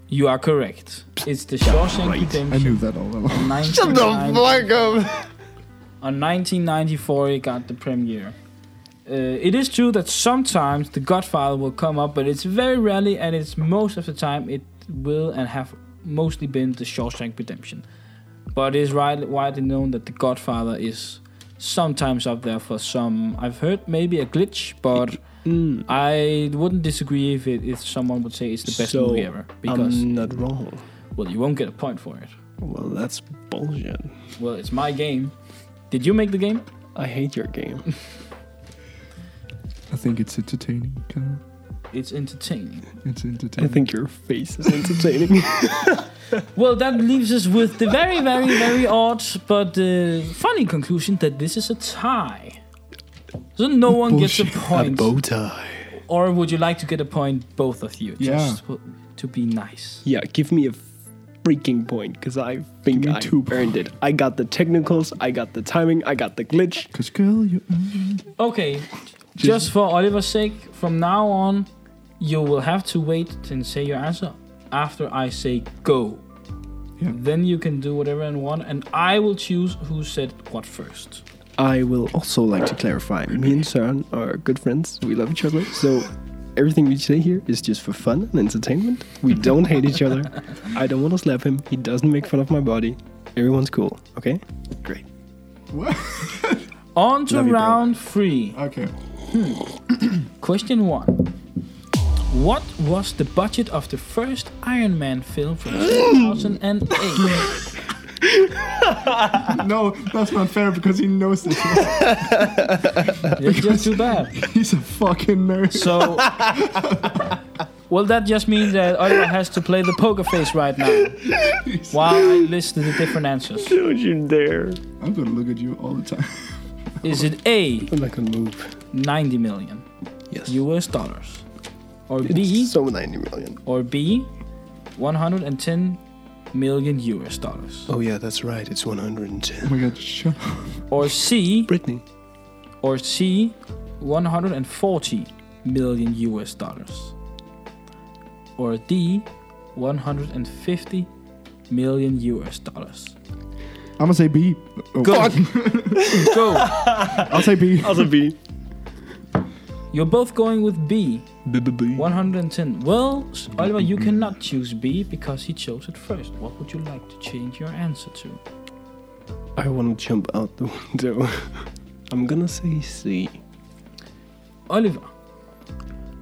Speaker 2: you are correct. It's the Shawshank
Speaker 3: I
Speaker 2: Redemption.
Speaker 3: knew that all along.
Speaker 2: 1990
Speaker 1: up!
Speaker 2: On 1994, it got the premiere. Uh, it is true that sometimes The Godfather will come up, but it's very rarely, and it's most of the time it will and have mostly been The Shawshank Redemption. But it is right, widely known that The Godfather is sometimes up there for some. I've heard maybe a glitch, but I wouldn't disagree if it, if someone would say it's the best
Speaker 1: So, um,
Speaker 2: movie ever because
Speaker 1: I'm not wrong.
Speaker 2: well, you won't get a point for it.
Speaker 1: Well, that's bullshit.
Speaker 2: Well, it's my game. Did you make the game?
Speaker 1: I hate your game.
Speaker 3: I think it's entertaining, kind
Speaker 2: It's entertaining.
Speaker 3: of. It's
Speaker 1: I
Speaker 3: entertaining.
Speaker 1: think your face is entertaining.
Speaker 2: Well, that leaves us with the very, very, very odd but uh, funny conclusion that this is a tie. So no one gets a point.
Speaker 1: tie.
Speaker 2: Or would you like to get a point, both of you?
Speaker 3: Yeah.
Speaker 2: Just w- to be nice.
Speaker 1: Yeah, give me a freaking point because I think
Speaker 3: Give me
Speaker 1: I
Speaker 3: two
Speaker 1: earned it. I got the technicals, I got the timing, I got the glitch.
Speaker 3: Cause girl, you. mm.
Speaker 2: Okay. Just for Oliver's sake, from now on, you will have to wait and say your answer after I say go.
Speaker 3: Yeah.
Speaker 2: Then you can do whatever and want, and I will choose who said what first.
Speaker 1: I will also like to clarify me and Søren are good friends. We love each other. So everything we say here is just for fun and entertainment. We don't hate each other. I don't want to slap him. He doesn't make fun of my body. Everyone's cool. Okay? Great.
Speaker 3: What?
Speaker 2: On to
Speaker 1: Love you, bro.
Speaker 2: round three.
Speaker 3: Okay.
Speaker 2: Question one. What was the budget of the first Iron Man film from 2008?
Speaker 3: No, that's not fair because he knows this.
Speaker 2: That's just too bad.
Speaker 3: He's a fucking nerd.
Speaker 2: So, well, that just means that Oliver has to play the poker face right now while I list the different answers.
Speaker 1: Don't you dare.
Speaker 3: I'm gonna look at you all the time.
Speaker 2: Is it A,
Speaker 1: I'm not gonna move.
Speaker 2: 90 million
Speaker 1: Yes.
Speaker 2: US dollars? Or B,
Speaker 1: It's so 90 million.
Speaker 2: or B, 110 million US dollars?
Speaker 1: Oh, yeah, that's right. It's 110.
Speaker 3: Oh my god, shut up.
Speaker 2: Or C,
Speaker 1: Brittany.
Speaker 2: or C, 140 million US dollars, or D, 150 million US dollars.
Speaker 3: I'm gonna say B. Oh,
Speaker 2: Go!
Speaker 3: I'll say B.
Speaker 1: Also B.
Speaker 2: You're both going with B,
Speaker 1: B. B. B.
Speaker 2: 110. Well, s- Oliver, you cannot choose B because he chose it first. What would you like to change your answer to?
Speaker 1: I want to jump out the window. I'm gonna say C.
Speaker 2: Oliver,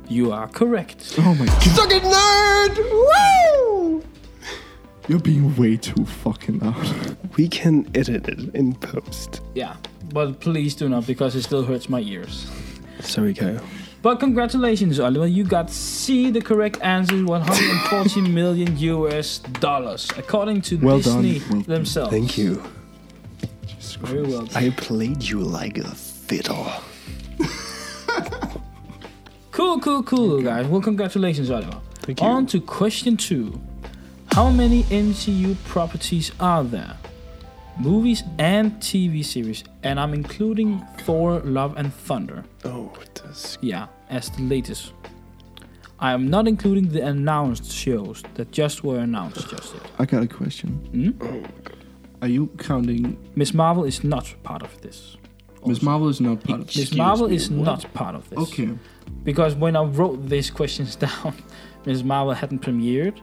Speaker 2: you are correct.
Speaker 3: Oh my god,
Speaker 1: Suck it, nerd! Woo!
Speaker 3: you're being way too fucking loud.
Speaker 1: We can edit it in post.
Speaker 2: Yeah, but please do not because it still hurts my ears.
Speaker 1: Sorry, Kyle.
Speaker 2: But congratulations, Oliver. You got C, the correct answer, is 140 million US dollars, according to
Speaker 3: Well done.
Speaker 2: Disney
Speaker 3: Well done.
Speaker 2: themselves.
Speaker 1: Thank you.
Speaker 3: Jesus
Speaker 2: Very
Speaker 3: Christ.
Speaker 2: well. done.
Speaker 1: I played you like a fiddle.
Speaker 2: Cool, cool, cool, guys. Well, congratulations, Oliver.
Speaker 1: Thank
Speaker 2: On to question two. How many MCU properties are there? movies and TV series, and I'm including Thor: Love and Thunder.
Speaker 1: Oh, that's
Speaker 2: Yeah, as the latest. I am not including the announced shows that just were announced just yet.
Speaker 3: I got a question.
Speaker 2: Hmm?
Speaker 3: Are you counting?
Speaker 2: Miss Marvel is not part of this.
Speaker 3: Miss Marvel is not part of
Speaker 1: Excuse
Speaker 2: Miss Marvel
Speaker 1: me,
Speaker 2: is
Speaker 1: what?
Speaker 2: not part of this.
Speaker 3: Okay.
Speaker 2: Because when I wrote these questions down, Miss Marvel hadn't premiered,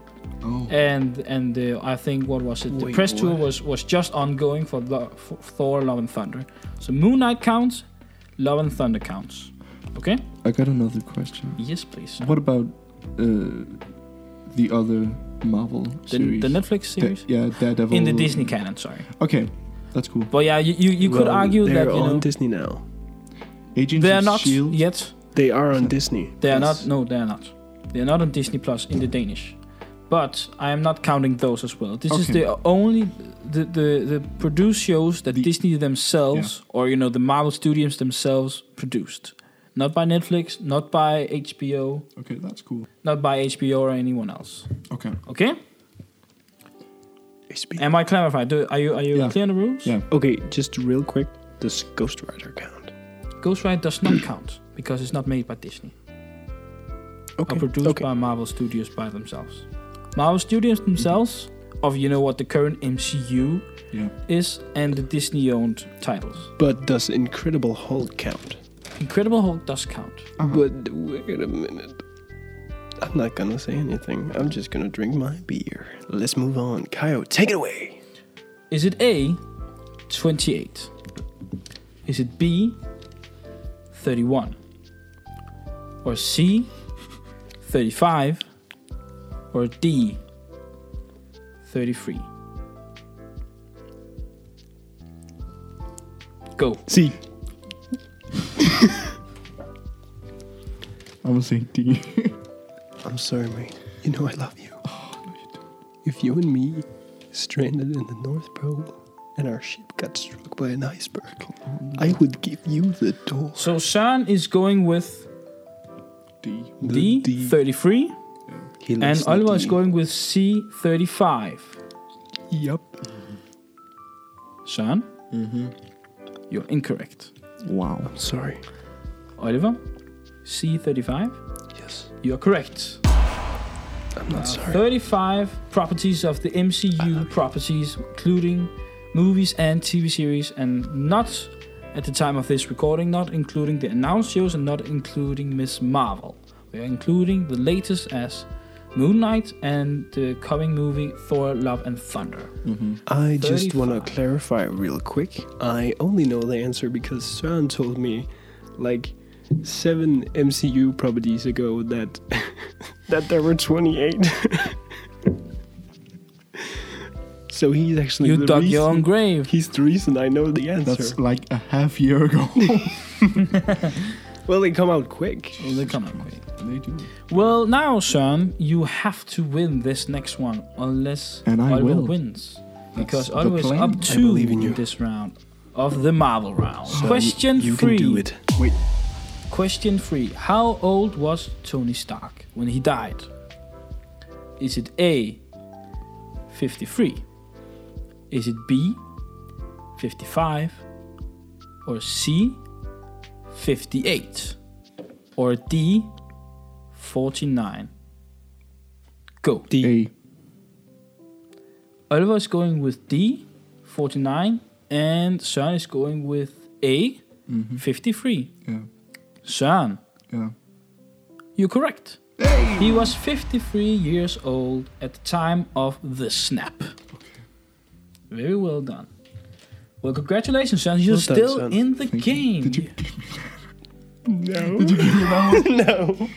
Speaker 3: Oh.
Speaker 2: and and uh, I think what was it? the
Speaker 1: Wait,
Speaker 2: press tour
Speaker 1: what?
Speaker 2: was was just ongoing for, Lo- for Thor: Love and Thunder. So Moon Knight counts, Love and Thunder counts. Okay.
Speaker 3: I got another question.
Speaker 2: Yes, please.
Speaker 3: What about uh, the other Marvel
Speaker 2: The,
Speaker 3: series?
Speaker 2: the Netflix
Speaker 3: Da-
Speaker 2: series
Speaker 3: yeah, Daredevil.
Speaker 2: in the Disney canon. Sorry,
Speaker 3: Okay, that's cool.
Speaker 2: but yeah, you you, you could
Speaker 1: Well,
Speaker 2: argue
Speaker 1: they're
Speaker 2: that you
Speaker 1: on
Speaker 2: know
Speaker 1: Disney now.
Speaker 3: Agents
Speaker 2: they are
Speaker 3: of
Speaker 2: not
Speaker 1: E
Speaker 3: Shield.
Speaker 2: yet.
Speaker 1: They are on Disney.
Speaker 2: They are not.
Speaker 3: Yes.
Speaker 2: No, they are not. They are not on Disney Plus in the Danish. But I am not counting those as well. This is
Speaker 3: Okay.
Speaker 2: the only the the, the produced shows that
Speaker 3: The-
Speaker 2: Disney themselves or you know the Marvel Studios themselves produced, not by Netflix, not by HBO,
Speaker 3: Okay, that's cool.
Speaker 2: not by HBO or anyone else.
Speaker 3: Okay.
Speaker 2: Okay,
Speaker 1: HBO.
Speaker 2: am I clarified? Do, are you are you
Speaker 3: Yeah.
Speaker 2: clear on the rules?
Speaker 3: Yeah.
Speaker 1: Okay, just real quick, does Ghost Rider count?
Speaker 2: Ghost Rider does not count because it's not made by Disney.
Speaker 1: Okay.
Speaker 2: are produced
Speaker 1: okay.
Speaker 2: by Marvel Studios by themselves. Marvel Studios themselves, of you know what the current MCU
Speaker 3: Yeah.
Speaker 2: is, and the Disney owned titles.
Speaker 1: But does Incredible Hulk count?
Speaker 2: Incredible Hulk does count.
Speaker 1: But wait a minute. I'm not gonna say anything. I'm just gonna drink my beer. Let's move on. Kyo, take it away.
Speaker 2: Is it A, 28? Is it B, 31? Or C, 35? Or D, 33? Go.
Speaker 1: See,
Speaker 3: I'm gonna say D.
Speaker 1: I'm sorry, mate. You know I love you. If you and me stranded in the North Pole and our ship got struck by an iceberg, I would give you the door.
Speaker 2: So Sean is going with
Speaker 3: D.
Speaker 1: The
Speaker 2: D,
Speaker 1: D.
Speaker 2: 33
Speaker 1: He
Speaker 2: and
Speaker 1: loves the
Speaker 2: Oliver is
Speaker 1: D.
Speaker 2: going with C 35.
Speaker 3: Yep.
Speaker 2: Sean,
Speaker 1: Mm-hmm.
Speaker 2: you're incorrect.
Speaker 3: Wow.
Speaker 1: I'm sorry.
Speaker 2: Oliver, C 35,
Speaker 1: Yes. Uh,
Speaker 2: you're correct.
Speaker 1: I'm not sorry.
Speaker 2: 35 properties of the MCU properties, including movies and TV series, and not at the time of this recording, not including the announced shows and not including Miss Marvel. We are including the latest as Moon Knight and the coming movie Thor Love and Thunder.
Speaker 3: Mm-hmm.
Speaker 1: I just want to
Speaker 2: 35.
Speaker 1: clarify real quick. I only know the answer because Søren told me, like, seven MCU properties ago that that there were 28. so he's actually
Speaker 2: You
Speaker 1: the
Speaker 2: dug
Speaker 1: reason,
Speaker 2: your own grave.
Speaker 1: He's the reason I know the answer.
Speaker 3: That's like a half year ago.
Speaker 1: well, they come out quick.
Speaker 2: Well, they come out quick.
Speaker 3: they do.
Speaker 2: Well, now, Sean, you have to win this next one, unless
Speaker 3: And I
Speaker 2: Oliver
Speaker 3: will.
Speaker 2: wins, because
Speaker 3: the
Speaker 2: Oliver is
Speaker 3: plan. I
Speaker 2: up two
Speaker 1: believe in you.
Speaker 2: in this round of the Marvel round. Question
Speaker 1: you
Speaker 2: three.
Speaker 1: can do it.
Speaker 3: Wait.
Speaker 2: Question three. How old was Tony Stark when he died? Is it A, 53? Is it B, 55? Or C, 58? Or D, 49? Go.
Speaker 3: A.
Speaker 2: Oliver is going with D, 49, and Søren is going with A, 53.
Speaker 3: Yeah.
Speaker 2: Søren,
Speaker 3: Yeah.
Speaker 2: You're correct. He was 53 years old at the time of the snap. Very well done. Well, congratulations, son. You're
Speaker 1: Well done,
Speaker 2: still
Speaker 1: son.
Speaker 2: in the game.
Speaker 3: Did you?
Speaker 1: No.
Speaker 3: Did you give me that one?
Speaker 1: no.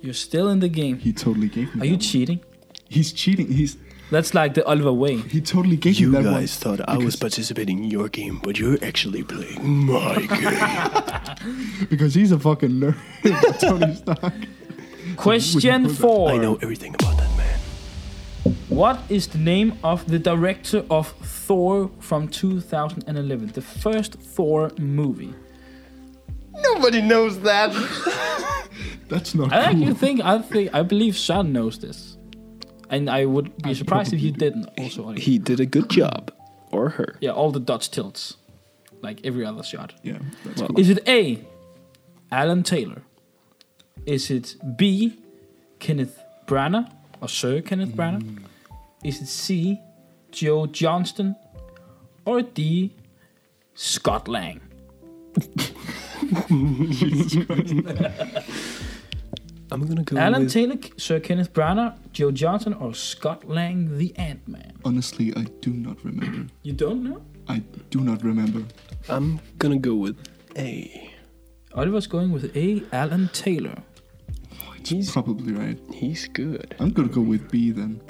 Speaker 2: You're still in the game.
Speaker 3: He totally gave
Speaker 2: Are
Speaker 3: me. that
Speaker 2: you
Speaker 3: one.
Speaker 2: cheating?
Speaker 3: He's cheating. He's.
Speaker 2: That's like the Oliver way.
Speaker 3: He totally gave
Speaker 1: You
Speaker 3: me that one.
Speaker 1: guys thought I was participating in your game, but you're actually playing my game.
Speaker 3: Because he's a fucking nerd. That's Tony Stark.
Speaker 2: Question
Speaker 3: put that?
Speaker 2: four.
Speaker 1: I know everything about that man.
Speaker 2: What is the name of the director of Thor from 2011, the first Thor movie?
Speaker 1: Nobody knows that.
Speaker 3: That's not
Speaker 2: I
Speaker 3: cool.
Speaker 2: actually think I think I believe Sean knows this, and I would be surprised if you didn't. Also, Oliver.
Speaker 1: He did a good job. or her.
Speaker 2: Yeah, all the Dutch tilts, like every other shot.
Speaker 3: Yeah, that's
Speaker 1: Well,
Speaker 3: cool.
Speaker 2: Is it A, Alan Taylor? Is it B, Kenneth Branagh or Sir Kenneth Branagh? Is it C, Joe Johnston? Or D, Scott Lang?
Speaker 1: I'm gonna go
Speaker 2: Alan
Speaker 1: with
Speaker 2: Taylor, Sir Kenneth Branagh, Joe Johnston, or Scott Lang, the Ant Man?
Speaker 3: Honestly, I do not remember.
Speaker 2: You don't know?
Speaker 3: I do not remember.
Speaker 1: I'm gonna go with A.
Speaker 2: Oliver's going with A, Alan Taylor.
Speaker 1: He's
Speaker 3: Probably right.
Speaker 1: he's good.
Speaker 3: I'm gonna go with B then.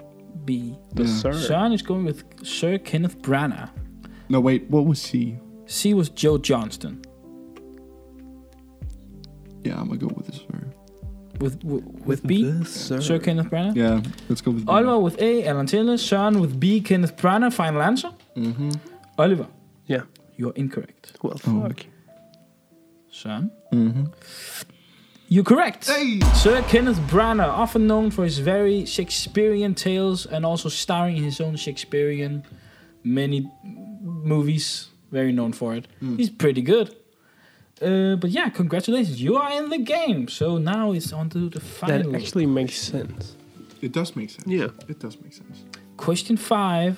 Speaker 2: B.
Speaker 1: The
Speaker 3: Yeah.
Speaker 1: sir.
Speaker 2: Sean is going with Sir Kenneth Branagh.
Speaker 3: No, wait. What was C?
Speaker 2: C was Joe Johnston.
Speaker 3: Yeah, I'm gonna go with this. Sir.
Speaker 2: With with, with B,
Speaker 1: The sir.
Speaker 2: Sir Kenneth Branagh.
Speaker 3: uh, Yeah, let's go with B.
Speaker 2: Oliver with A, Alan Taylor. Sean with B, Kenneth Branagh. Final answer.
Speaker 3: Mm-hmm.
Speaker 2: Oliver,
Speaker 1: Yeah.
Speaker 2: you're incorrect.
Speaker 1: Well,
Speaker 3: Oh.
Speaker 1: fuck.
Speaker 2: Sean,
Speaker 3: Mm-hmm.
Speaker 2: you're correct.
Speaker 3: Hey!
Speaker 2: Sir Kenneth Branagh, often known for his very Shakespearean tales and also starring in his own Shakespearean many movies, very known for it.
Speaker 3: Hmm.
Speaker 2: He's pretty good. Uh, but yeah, congratulations, you are in the game. So now it's on to the
Speaker 1: That
Speaker 2: final
Speaker 1: actually makes sense.
Speaker 3: It does make sense.
Speaker 1: Yeah.
Speaker 3: It does make sense.
Speaker 2: question five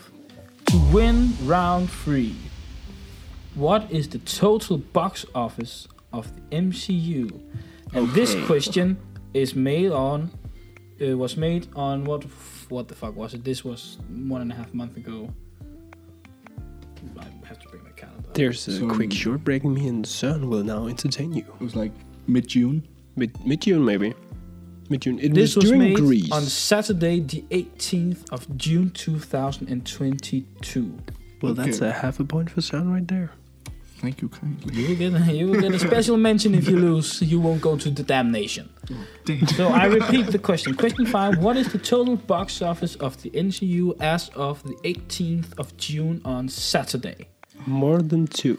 Speaker 2: to win round three. What is the total box office of the MCU? And this
Speaker 1: Okay.
Speaker 2: question is made on uh, was made on what f- what the fuck was it? This was one and a half month ago. I have to bring my calendar. up.
Speaker 1: There's a
Speaker 3: So-
Speaker 1: quick short break. Me and Søren will now entertain you.
Speaker 3: It was like mid June.
Speaker 1: Mid mid June maybe. Mid June. It
Speaker 2: This
Speaker 1: was,
Speaker 2: was
Speaker 1: during
Speaker 2: made
Speaker 1: Greece.
Speaker 2: on Saturday, the 18th of June, 2022.
Speaker 1: well, that's
Speaker 3: Okay.
Speaker 1: a half a point for Søren right there.
Speaker 3: Thank you kindly.
Speaker 2: You will get a, you will get a special mention if you lose. You won't go to the damnation.
Speaker 3: Dang.
Speaker 2: So I repeat the question. Question five: What is the total box office of the NCU as of the 18th of June on Saturday?
Speaker 1: More than two.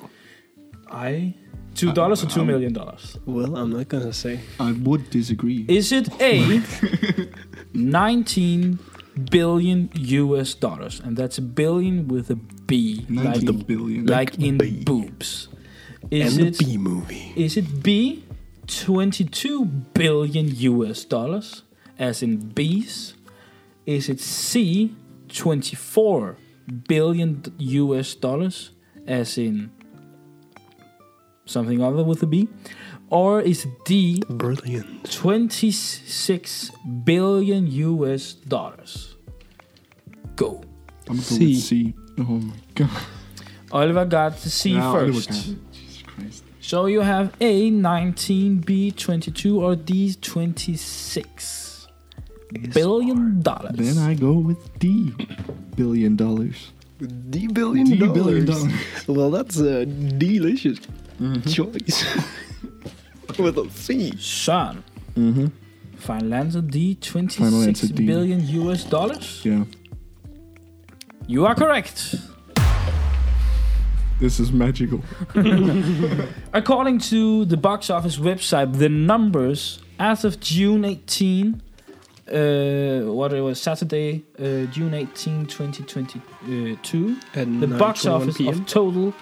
Speaker 2: I two dollars or two million dollars.
Speaker 1: Well, I'm not gonna say.
Speaker 3: I would disagree.
Speaker 2: Is it a 19 billion US dollars, and that's a billion with a B, like,
Speaker 3: 19 billion.
Speaker 2: like in
Speaker 1: B.
Speaker 2: boobs? Is
Speaker 1: and
Speaker 2: it
Speaker 1: the B movie.
Speaker 2: Is it B, 22 billion US dollars, as in Bs? Is it C, 24 billion d- US dollars, as in something other with a B? Or is it D,
Speaker 1: Brilliant.
Speaker 2: 26 billion US dollars? Go.
Speaker 3: I'm gonna go
Speaker 1: C.
Speaker 3: with C. Oh my god.
Speaker 2: Oliver got the C
Speaker 3: Now I know what
Speaker 2: first.
Speaker 3: kind of- Jesus Christ.
Speaker 2: So you have A 19, B 22, or D 26 billion dollars.
Speaker 3: Then I go with D. Billion dollars.
Speaker 1: D billion
Speaker 3: D billion
Speaker 1: well, that's a delicious choice. With a C.
Speaker 2: Son,
Speaker 3: Mm-hmm.
Speaker 2: final answer D
Speaker 3: Final
Speaker 2: 26
Speaker 3: answer, D.
Speaker 2: billion US dollars.
Speaker 3: Yeah.
Speaker 2: You are correct.
Speaker 3: This is magical.
Speaker 2: According to the box office website, the numbers as of June 18, uh, what it was Saturday, uh, June 18, 2022.
Speaker 1: And
Speaker 2: The box
Speaker 1: 9:21
Speaker 2: office
Speaker 1: PM.
Speaker 2: of total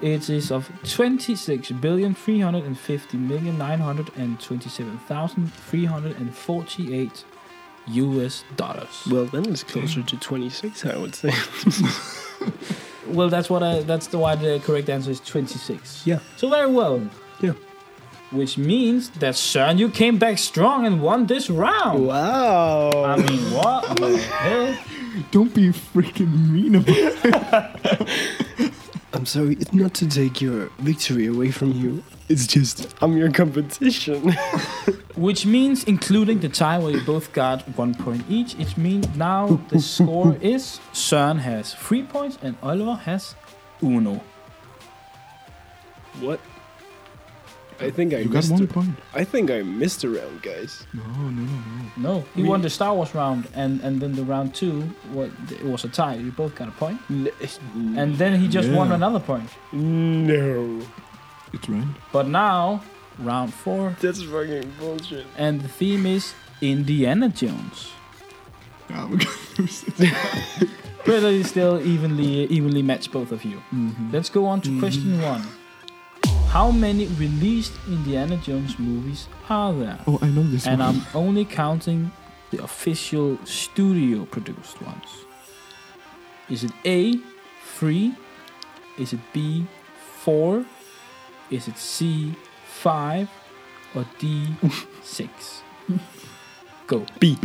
Speaker 2: it is of twenty six billion three hundred and fifty million nine hundred and twenty seven thousand three hundred and forty eight US dollars.
Speaker 1: Well, then it's closer to 26, I would say.
Speaker 2: Well that's what I that's the why the correct answer is twenty six.
Speaker 1: Yeah.
Speaker 2: So very well.
Speaker 1: Yeah.
Speaker 2: Which means that Søren you came back strong and won this round.
Speaker 1: Wow.
Speaker 2: I mean what the hell?
Speaker 3: Don't be freaking mean about it.
Speaker 1: I'm sorry, it's not to take your victory away from you. It's just, I'm your competition.
Speaker 2: Which means, including the tie where you both got one point each, it means now the score is Søren has three points and Oliver has uno.
Speaker 1: what? I think I
Speaker 3: You got
Speaker 1: missed
Speaker 3: one
Speaker 1: a,
Speaker 3: point.
Speaker 1: I think I missed a round, guys.
Speaker 3: No, no, no, no.
Speaker 2: No, he won the Star Wars round, and, and then the round two, what it was a tie. You both got a point,
Speaker 1: N-
Speaker 2: and then he just won
Speaker 3: Yeah.
Speaker 2: another point.
Speaker 1: no.
Speaker 3: It's right.
Speaker 2: But now round four,
Speaker 1: That's fucking bullshit.
Speaker 2: and the theme is Indiana Jones.
Speaker 3: Ah, Yeah, I'm gonna lose it.
Speaker 2: Pretty still evenly evenly match both of you. Let's go on to question one. How many released Indiana Jones movies are there?
Speaker 3: Oh, I know this
Speaker 2: And
Speaker 3: one.
Speaker 2: I'm only counting the official studio produced ones. Is it A, 3? Is it B, 4? Is it C, 5? Or D, 6? Go.
Speaker 1: B.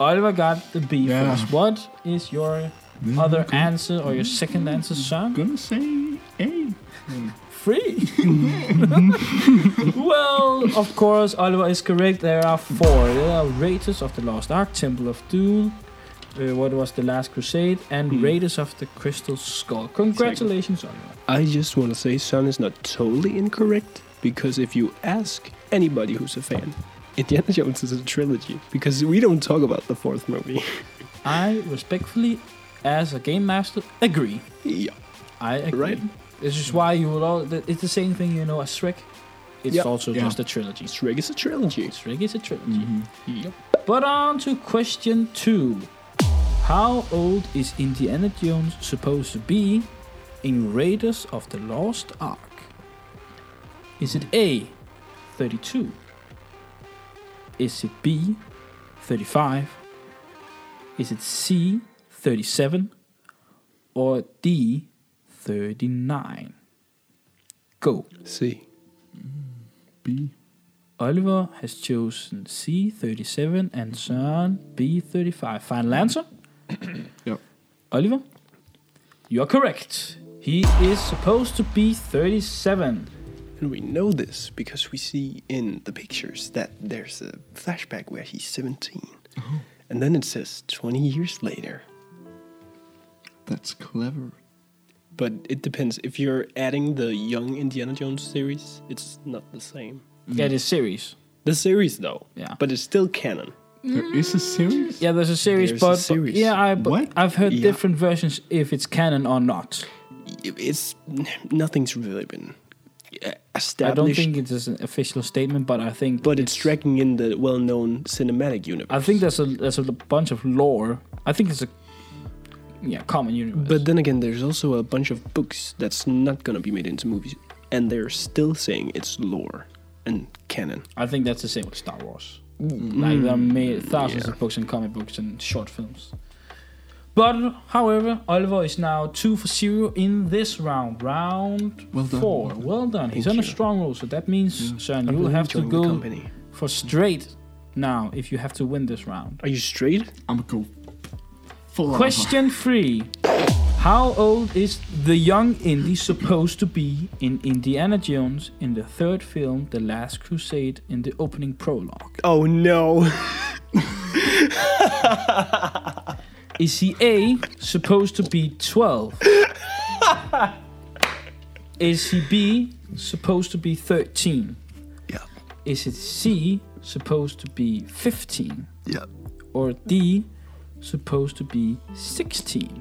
Speaker 2: Oliver got the B
Speaker 3: Yeah.
Speaker 2: first. What is your
Speaker 3: Then
Speaker 2: other
Speaker 3: I'm go-
Speaker 2: answer or your second answer, Sean?
Speaker 3: gonna say A.
Speaker 2: Free. well, of course, Oliver is correct. There are four. There are Raiders of the Lost Ark, Temple of Doom, uh, what was the Last Crusade, and Raiders of the Crystal Skull. Congratulations, Oliver.
Speaker 1: I just want to say Son is not totally incorrect because if you ask anybody who's a fan, Indiana Jones is a trilogy because we don't talk about the fourth movie.
Speaker 2: I respectfully, as a game master, agree.
Speaker 1: yeah.
Speaker 2: I agree.
Speaker 1: Right.
Speaker 2: This is why you will all. th- It's the same thing, you know, as Shrek. It's
Speaker 1: Yep.
Speaker 2: also
Speaker 3: Yeah. Hmm.
Speaker 2: just a trilogy.
Speaker 1: Shrek is a trilogy.
Speaker 2: Shrek is a trilogy.
Speaker 3: Mm-hmm.
Speaker 1: Yep.
Speaker 2: But on to question two. How old is Indiana Jones supposed to be in Raiders of the Lost Ark? Is it A, 32? Is it B, 35? Is it C, 37? Or D, 39? Go.
Speaker 1: See.
Speaker 3: B.
Speaker 2: Oliver has chosen C, 37, and Søren, B, 35. Final answer?
Speaker 3: Yep.
Speaker 2: Oliver? You are correct. He is supposed to be 37.
Speaker 1: And we know this because we see in the pictures that there's a flashback where he's 17. And then it says 20 years later.
Speaker 3: That's clever.
Speaker 1: But it depends. If you're adding the young Indiana Jones series, it's not the same.
Speaker 2: Yeah, this series.
Speaker 1: The series, though.
Speaker 2: Yeah.
Speaker 1: But it's still canon.
Speaker 3: There is a series.
Speaker 2: Yeah, there's a series,
Speaker 1: There's a
Speaker 2: but, but-
Speaker 1: series.
Speaker 2: yeah, I, but
Speaker 3: What?
Speaker 2: I've heard
Speaker 1: Yeah.
Speaker 2: different versions if it's canon or not.
Speaker 1: I- It's nothing's really been uh,
Speaker 2: I
Speaker 1: established.
Speaker 2: don't think it is an official statement, but I think
Speaker 1: but it's tracking in the well-known cinematic universe.
Speaker 2: I think there's a there's a bunch of lore. I think it's a yeah common universe.
Speaker 1: But then again, there's also a bunch of books that's not gonna be made into movies, and they're still saying it's lore and canon.
Speaker 2: I think that's the same with Star Wars. Like there are made thousands
Speaker 1: Mm. yeah.
Speaker 2: of books and comic books and short films. But however, Oliver is now two for zero in this round. Round
Speaker 3: Well done.
Speaker 2: four. Well done. He's on
Speaker 1: you.
Speaker 2: a strong roll, so that means Søren, you will
Speaker 1: really
Speaker 2: have to
Speaker 1: enjoying the
Speaker 2: go
Speaker 1: company.
Speaker 2: for straight now if you have to win this round.
Speaker 1: Are you straight?
Speaker 3: I'm gonna go full on.
Speaker 2: Question three. How old is the young Indy supposed to be in Indiana Jones in the third film, The Last Crusade, in the opening prologue?
Speaker 1: Oh no!
Speaker 2: Is he A, supposed to be 12? Is he B, supposed to be 13?
Speaker 1: Yeah.
Speaker 2: Is it C, supposed to be 15?
Speaker 3: Yeah.
Speaker 2: Or D, supposed to be 16?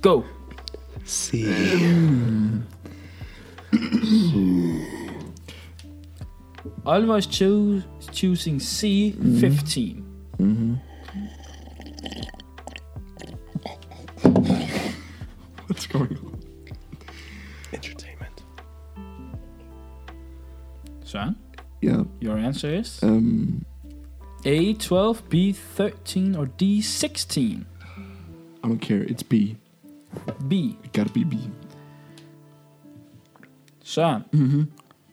Speaker 2: Go. Hmm.
Speaker 1: See,
Speaker 2: Oliver is choo- choosing C, 15.
Speaker 3: What's going on?
Speaker 1: entertainment.
Speaker 2: Sean,
Speaker 3: Yeah.
Speaker 2: your answer is?
Speaker 3: Um,
Speaker 2: A, 12, B, 13, or D, 16?
Speaker 3: I don't care. It's B.
Speaker 2: B.
Speaker 3: It gotta be B.
Speaker 2: Sam,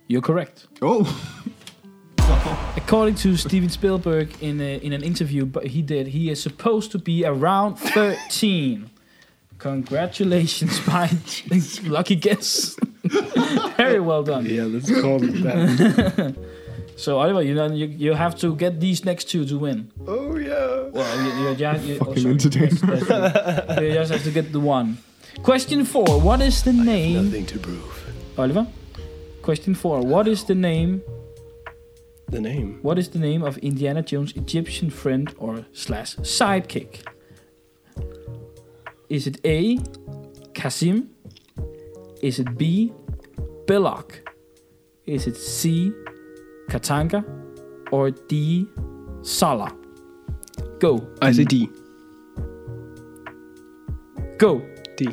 Speaker 2: you're correct.
Speaker 3: Oh.
Speaker 2: According to Steven Spielberg in a, in an interview but he did, he is supposed to be around 13. Congratulations, by lucky guess. Very well done.
Speaker 1: Yeah, let's call it that.
Speaker 2: So Oliver, you know you, you have to get these next two to win.
Speaker 1: oh yeah.
Speaker 2: Well, you, you're just you,
Speaker 3: Fucking entertainer.
Speaker 2: That's- that's you. You just have to get the one. Question four: What is the name,
Speaker 1: Nothing to prove.
Speaker 2: Oliver? Question four: What is the name
Speaker 1: The name.
Speaker 2: What is the name of Indiana Jones' Egyptian friend or slash sidekick? Is it A. Kasim? Is it B. Belloc? Is it C. Katanga? Or D. Salah? Go.
Speaker 1: I say D.
Speaker 2: Go.
Speaker 1: D.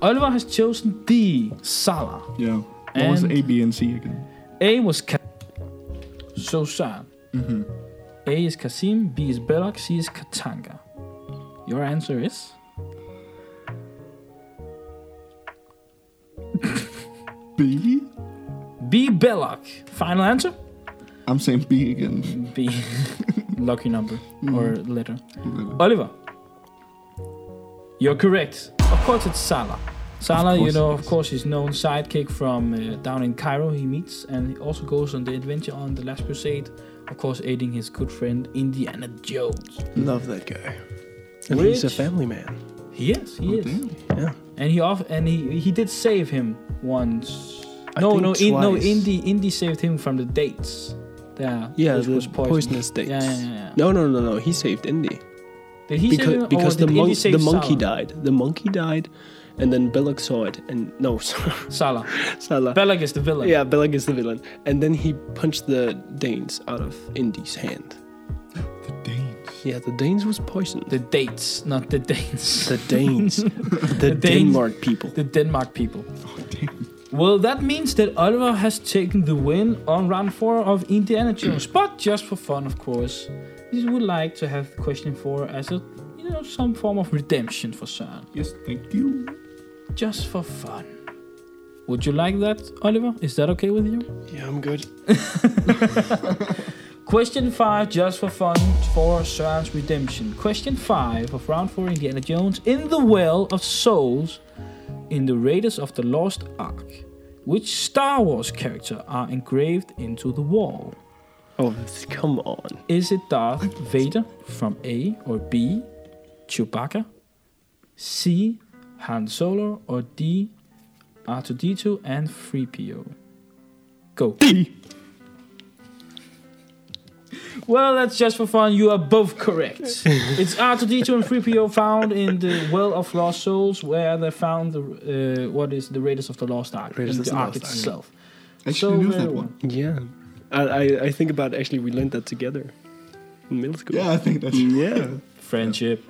Speaker 2: Oliver has chosen D. Salah.
Speaker 3: Yeah. What was
Speaker 2: And-
Speaker 3: A, B, and C again?
Speaker 2: A was Ka- so sad. Mm-hmm. A is Kasim, B is Belak, C is Katanga. Your answer is
Speaker 3: B?
Speaker 2: B Belak. Final answer?
Speaker 3: I'm saying B again.
Speaker 2: B. Lucky number
Speaker 3: Mm-hmm.
Speaker 2: or letter. Oliver. You're correct. Of course it's Salah. Salah, you
Speaker 3: course
Speaker 2: know,
Speaker 3: it
Speaker 2: of course, his known sidekick from uh, down in Cairo he meets, and he also goes on the adventure on the Last Crusade, of course, aiding his good friend Indiana Jones.
Speaker 1: Love that guy. And he's a
Speaker 2: Which-
Speaker 1: family man.
Speaker 2: He is,
Speaker 1: Oh,
Speaker 2: he is.
Speaker 3: Damn.
Speaker 1: Yeah.
Speaker 2: and he off and he he did save him once.
Speaker 1: I
Speaker 2: no,
Speaker 1: think
Speaker 2: no, in, no.
Speaker 1: twice.
Speaker 2: Indy Indy saved him from the dates. Yeah,
Speaker 1: Yeah,
Speaker 2: which
Speaker 1: the
Speaker 2: was poisoned.
Speaker 1: poisonous dates.
Speaker 2: Yeah, yeah, yeah.
Speaker 1: No, no, no, no. He saved Indy
Speaker 2: Did he save him,
Speaker 1: because
Speaker 2: or
Speaker 1: because the
Speaker 2: did Indy
Speaker 1: monk
Speaker 2: save
Speaker 1: the monkey
Speaker 2: Salah?
Speaker 1: died. The monkey died, and then Belloc saw it and no, sorry,
Speaker 2: Salah,
Speaker 1: Salah.
Speaker 2: Bellag is the villain.
Speaker 1: yeah, Belloc is the villain, and then he punched the Danes out of Indy's hand.
Speaker 3: The Danes.
Speaker 1: Yeah, the Danes was poisoned.
Speaker 2: the dates, not the Danes.
Speaker 1: The Danes, the,
Speaker 2: Danes.
Speaker 1: Denmark people.
Speaker 2: the Denmark people.
Speaker 3: Oh, damn.
Speaker 2: Well, that means that Oliver has taken the win on round four of Indiana Jones. but just for fun, of course, we would like to have question four as a you know some form of redemption for Søren.
Speaker 3: Yes, thank you.
Speaker 2: just for fun. Would you like that, Oliver? Is that okay with you?
Speaker 1: Yeah, I'm good.
Speaker 2: Question five, just for fun, for Søren's redemption. Question five of round four, Indiana Jones. In the Well of Souls, in the Raiders of the Lost Ark, which Star Wars character are engraved into the wall?
Speaker 1: Oh, this- come on.
Speaker 2: Is it Darth Vader from A or B, Chewbacca, C, Han Solo, or D, R2D2 and 3PO? Go.
Speaker 3: D.
Speaker 2: Well, that's just for fun. You are both correct. it's R2D2 and 3PO found in the Well of Lost Souls, where they found the uh, what is the Raiders of the Lost Ark,
Speaker 1: Raiders
Speaker 2: and
Speaker 1: of
Speaker 2: the
Speaker 1: the
Speaker 2: Ark
Speaker 1: Lost Ark.
Speaker 2: itself.
Speaker 3: Actually knew
Speaker 2: very
Speaker 3: that
Speaker 2: well.
Speaker 3: one.
Speaker 1: Yeah, I, I, I think about actually we learned that together in middle school.
Speaker 3: Yeah, I think that's
Speaker 1: yeah,
Speaker 2: Friendship.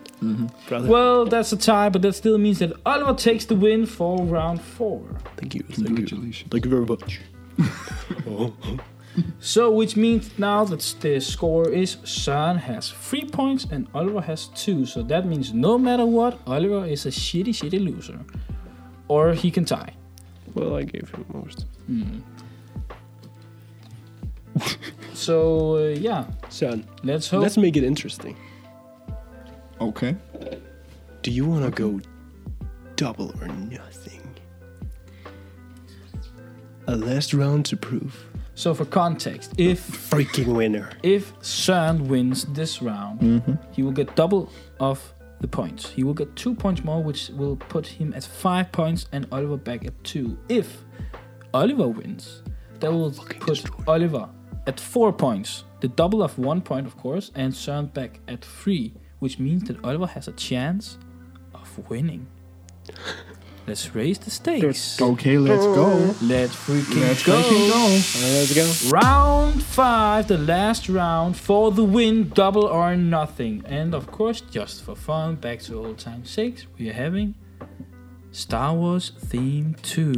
Speaker 1: brother.
Speaker 2: Well, that's a tie, but that still means that Oliver takes the win for round four.
Speaker 1: thank you, thank you,
Speaker 3: Congratulations.
Speaker 1: thank you very much. oh,
Speaker 2: So, which means now that the score is Sean has three points and Oliver has two. So that means no matter what, Oliver is a shitty, shitty loser, or he can tie.
Speaker 1: well, I gave him most.
Speaker 2: So uh, yeah,
Speaker 1: Son,
Speaker 2: let's hope.
Speaker 1: let's make it interesting.
Speaker 3: Okay.
Speaker 1: Do you want to go double or nothing? A last round to prove
Speaker 2: so for context, if
Speaker 1: freaking winner.
Speaker 2: if Sean wins this round,
Speaker 3: Mm-hmm.
Speaker 2: he will get double of the points. He will get two points more, which will put him at five points and Oliver back at two. If Oliver wins, that will put
Speaker 1: destroy.
Speaker 2: Oliver at four points, the double of one point, of course, and Sean back at three, which means that Oliver has a chance of winning. Let's raise the stakes.
Speaker 3: Okay, let's go.
Speaker 2: Let's freaking
Speaker 3: Let's
Speaker 2: go.
Speaker 3: freaking go.
Speaker 1: let's go.
Speaker 2: Round five, the last round for the win, double or nothing. And of course, just for fun, back to old time sakes, we are having Star Wars Theme 2.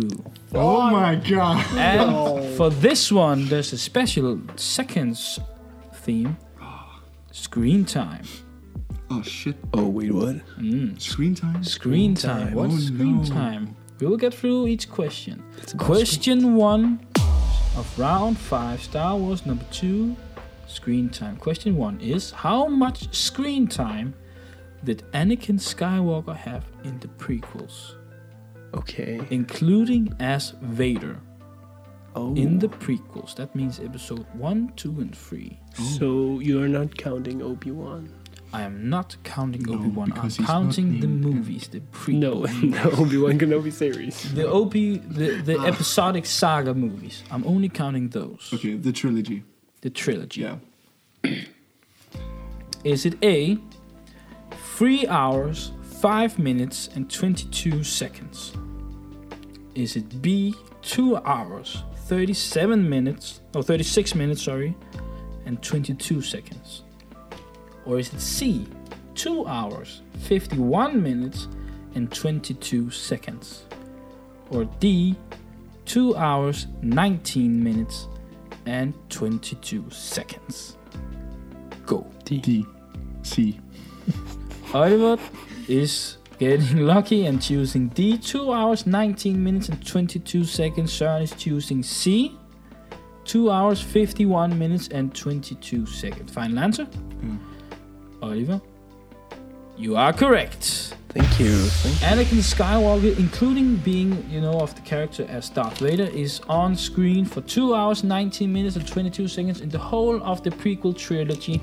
Speaker 3: Oh my god.
Speaker 2: And for this one, there's a special seconds theme screen time.
Speaker 3: Oh shit.
Speaker 1: Oh wait, what?
Speaker 3: Screen time.
Speaker 2: Screen time. What's
Speaker 3: Oh,
Speaker 2: screen
Speaker 3: no.
Speaker 2: time? We will get through each question.
Speaker 1: It's about
Speaker 2: Question one of round five, Star Wars number two, screen time. Question one is How much screen time did Anakin Skywalker have in the prequels,
Speaker 1: Okay.
Speaker 2: including as Vader
Speaker 1: Oh.
Speaker 2: in the prequels? That means episode one, two, and three.
Speaker 1: so you are not counting Obi Wan?
Speaker 2: I am not counting
Speaker 3: No,
Speaker 2: Obi Wan, I'm
Speaker 3: because he's not
Speaker 2: counting the
Speaker 3: named Anakin.
Speaker 2: movies, the prequels.
Speaker 1: No, the Obi Wan Kenobi series.
Speaker 2: The OP, the, the episodic saga movies. I'm only counting those.
Speaker 3: Okay, the trilogy.
Speaker 2: The trilogy.
Speaker 3: Yeah.
Speaker 2: Is it A, 3 hours, 5 minutes, and 22 seconds? Is it B, 2 hours, 37 minutes, or 36 minutes, sorry, and 22 seconds? Or is it C, 2 hours, 51 minutes and 22 seconds? Or D, 2 hours, 19 minutes and 22 seconds? Go.
Speaker 3: D. C.
Speaker 2: Hollywood is getting lucky and choosing D. 2 hours, 19 minutes, and 22 seconds. Sharon is choosing C. 2 hours, 51 minutes, and 22 seconds. Final answer? Oliver, you are correct.
Speaker 1: Thank you. Thank
Speaker 2: Anakin Skywalker, including being, you know, of the character as Darth Vader, is on screen for 2 hours, 19 minutes, and 22 seconds in the whole of the prequel trilogy,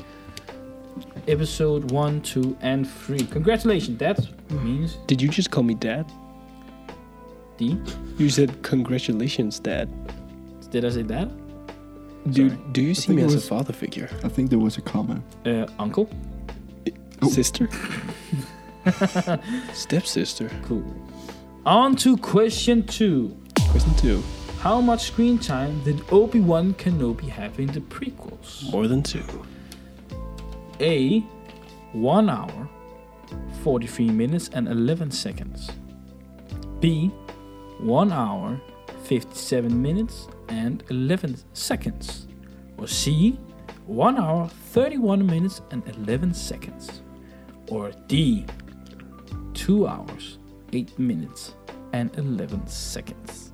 Speaker 2: episode 1, 2, and 3. Congratulations, that means
Speaker 1: Did you just call me dad?
Speaker 2: D.
Speaker 1: You said congratulations, dad.
Speaker 2: Did I say that?
Speaker 1: Do
Speaker 2: Sorry.
Speaker 1: do you see
Speaker 3: think
Speaker 1: me
Speaker 3: it
Speaker 1: as a
Speaker 3: was-
Speaker 1: father figure,
Speaker 3: I think there was a comma.
Speaker 2: Uh, uncle?
Speaker 3: Oh.
Speaker 1: sister, stepsister?
Speaker 2: Cool. On to question 2.
Speaker 1: Question two.
Speaker 2: How much screen time did Obi-Wan Kenobi have in the prequels?
Speaker 1: More than two.
Speaker 2: A, 1 hour, 43 minutes and 11 seconds. B, 1 hour, 57 minutes and 11 seconds. Or C, 1 hour, 31 minutes and 11 seconds. Or D, 2 hours, 8 minutes and 11 seconds.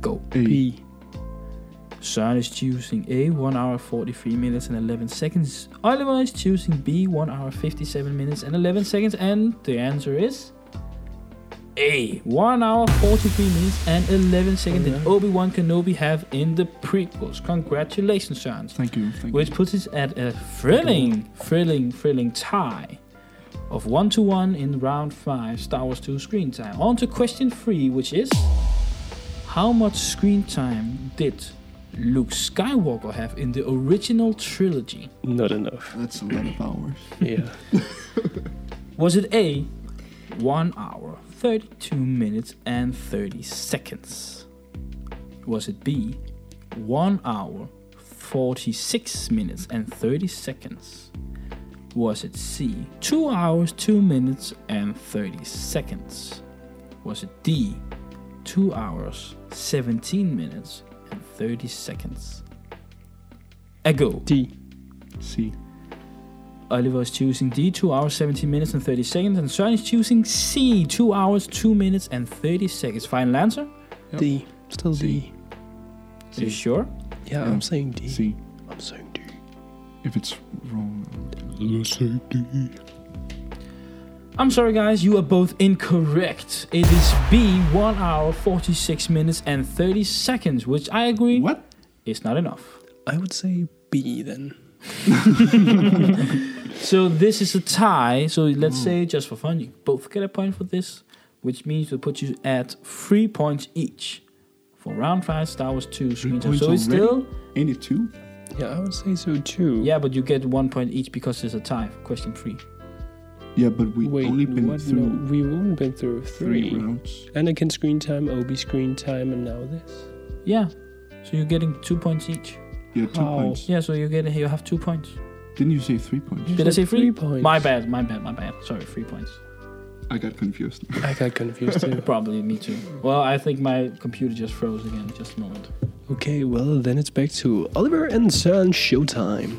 Speaker 2: Go.
Speaker 3: A.
Speaker 1: B.
Speaker 2: Søren is choosing A, 1 hour 43 minutes and 11 seconds. Oliver is choosing B, 1 hour 57 minutes and 11 seconds. And the answer is A, 1 hour 43 minutes and 11 seconds that Obi-Wan Kenobi have in the prequels. Congratulations, Søren.
Speaker 3: Thank you. Thank
Speaker 2: Which puts us at a thrilling, thrilling, thrilling tie of 1 to 1 in round 5 Star Wars 2 screen time. On to question 3, which is How much screen time did Luke Skywalker have in the original trilogy?
Speaker 1: Not enough.
Speaker 3: you. That's a lot of hours.
Speaker 1: Yeah.
Speaker 2: Was it A, 1 hour, 32 minutes, and 30 seconds? Was it B, 1 hour, 46 minutes, and 30 seconds? Was it C, 2 hours, 2 minutes, and 30 seconds? Was it D, 2 hours, 17 minutes, and 30 seconds? A go.
Speaker 1: D.
Speaker 3: C.
Speaker 2: Oliver is choosing D, 2 hours, 17 minutes and 30 seconds. And Søren is choosing C, 2 hours, 2 minutes and 30 seconds. Final answer?
Speaker 3: Yep.
Speaker 1: D. Still D.
Speaker 3: C.
Speaker 2: Are you sure?
Speaker 1: Yeah,
Speaker 3: Yeah.
Speaker 1: I'm saying D.
Speaker 3: C.
Speaker 1: am saying D.
Speaker 3: If it's wrong. I'll-
Speaker 2: I'm sorry, guys, you are both incorrect. It is B, 1 hour, 46 minutes and 30 seconds, which I agree
Speaker 3: What?
Speaker 2: is not enough.
Speaker 1: I would say B then.
Speaker 2: So this is a tie. So let's
Speaker 3: Hmm.
Speaker 2: say, just for fun, you both get a point for this, which means we put you at 3 points each for round 5, Star Wars 2 screen time.
Speaker 3: points
Speaker 2: So it's
Speaker 3: already?
Speaker 2: still.
Speaker 3: Any two?
Speaker 1: Yeah, I would say so too.
Speaker 2: Yeah, but you get one point each because it's a tie for question three.
Speaker 3: Yeah, but we've
Speaker 1: Wait,
Speaker 3: only been
Speaker 1: what?
Speaker 3: through
Speaker 1: No, we've only been through
Speaker 3: three.
Speaker 1: three.
Speaker 3: rounds.
Speaker 1: Anakin screen time, Obi screen time, and now this.
Speaker 2: Yeah. So you're getting two points each.
Speaker 3: Yeah, two
Speaker 2: Oh.
Speaker 1: How?
Speaker 3: points.
Speaker 2: Yeah, so you get you have two points.
Speaker 3: Didn't you say three points?
Speaker 1: You
Speaker 2: Did I
Speaker 1: said
Speaker 2: say three?
Speaker 1: points?
Speaker 2: My bad, my bad, my bad. Sorry, three points.
Speaker 3: I got confused.
Speaker 1: I got confused too.
Speaker 2: Probably me too. Well, I think my computer just froze again. Just a moment.
Speaker 1: okay, well then it's back to Oliver and Son showtime,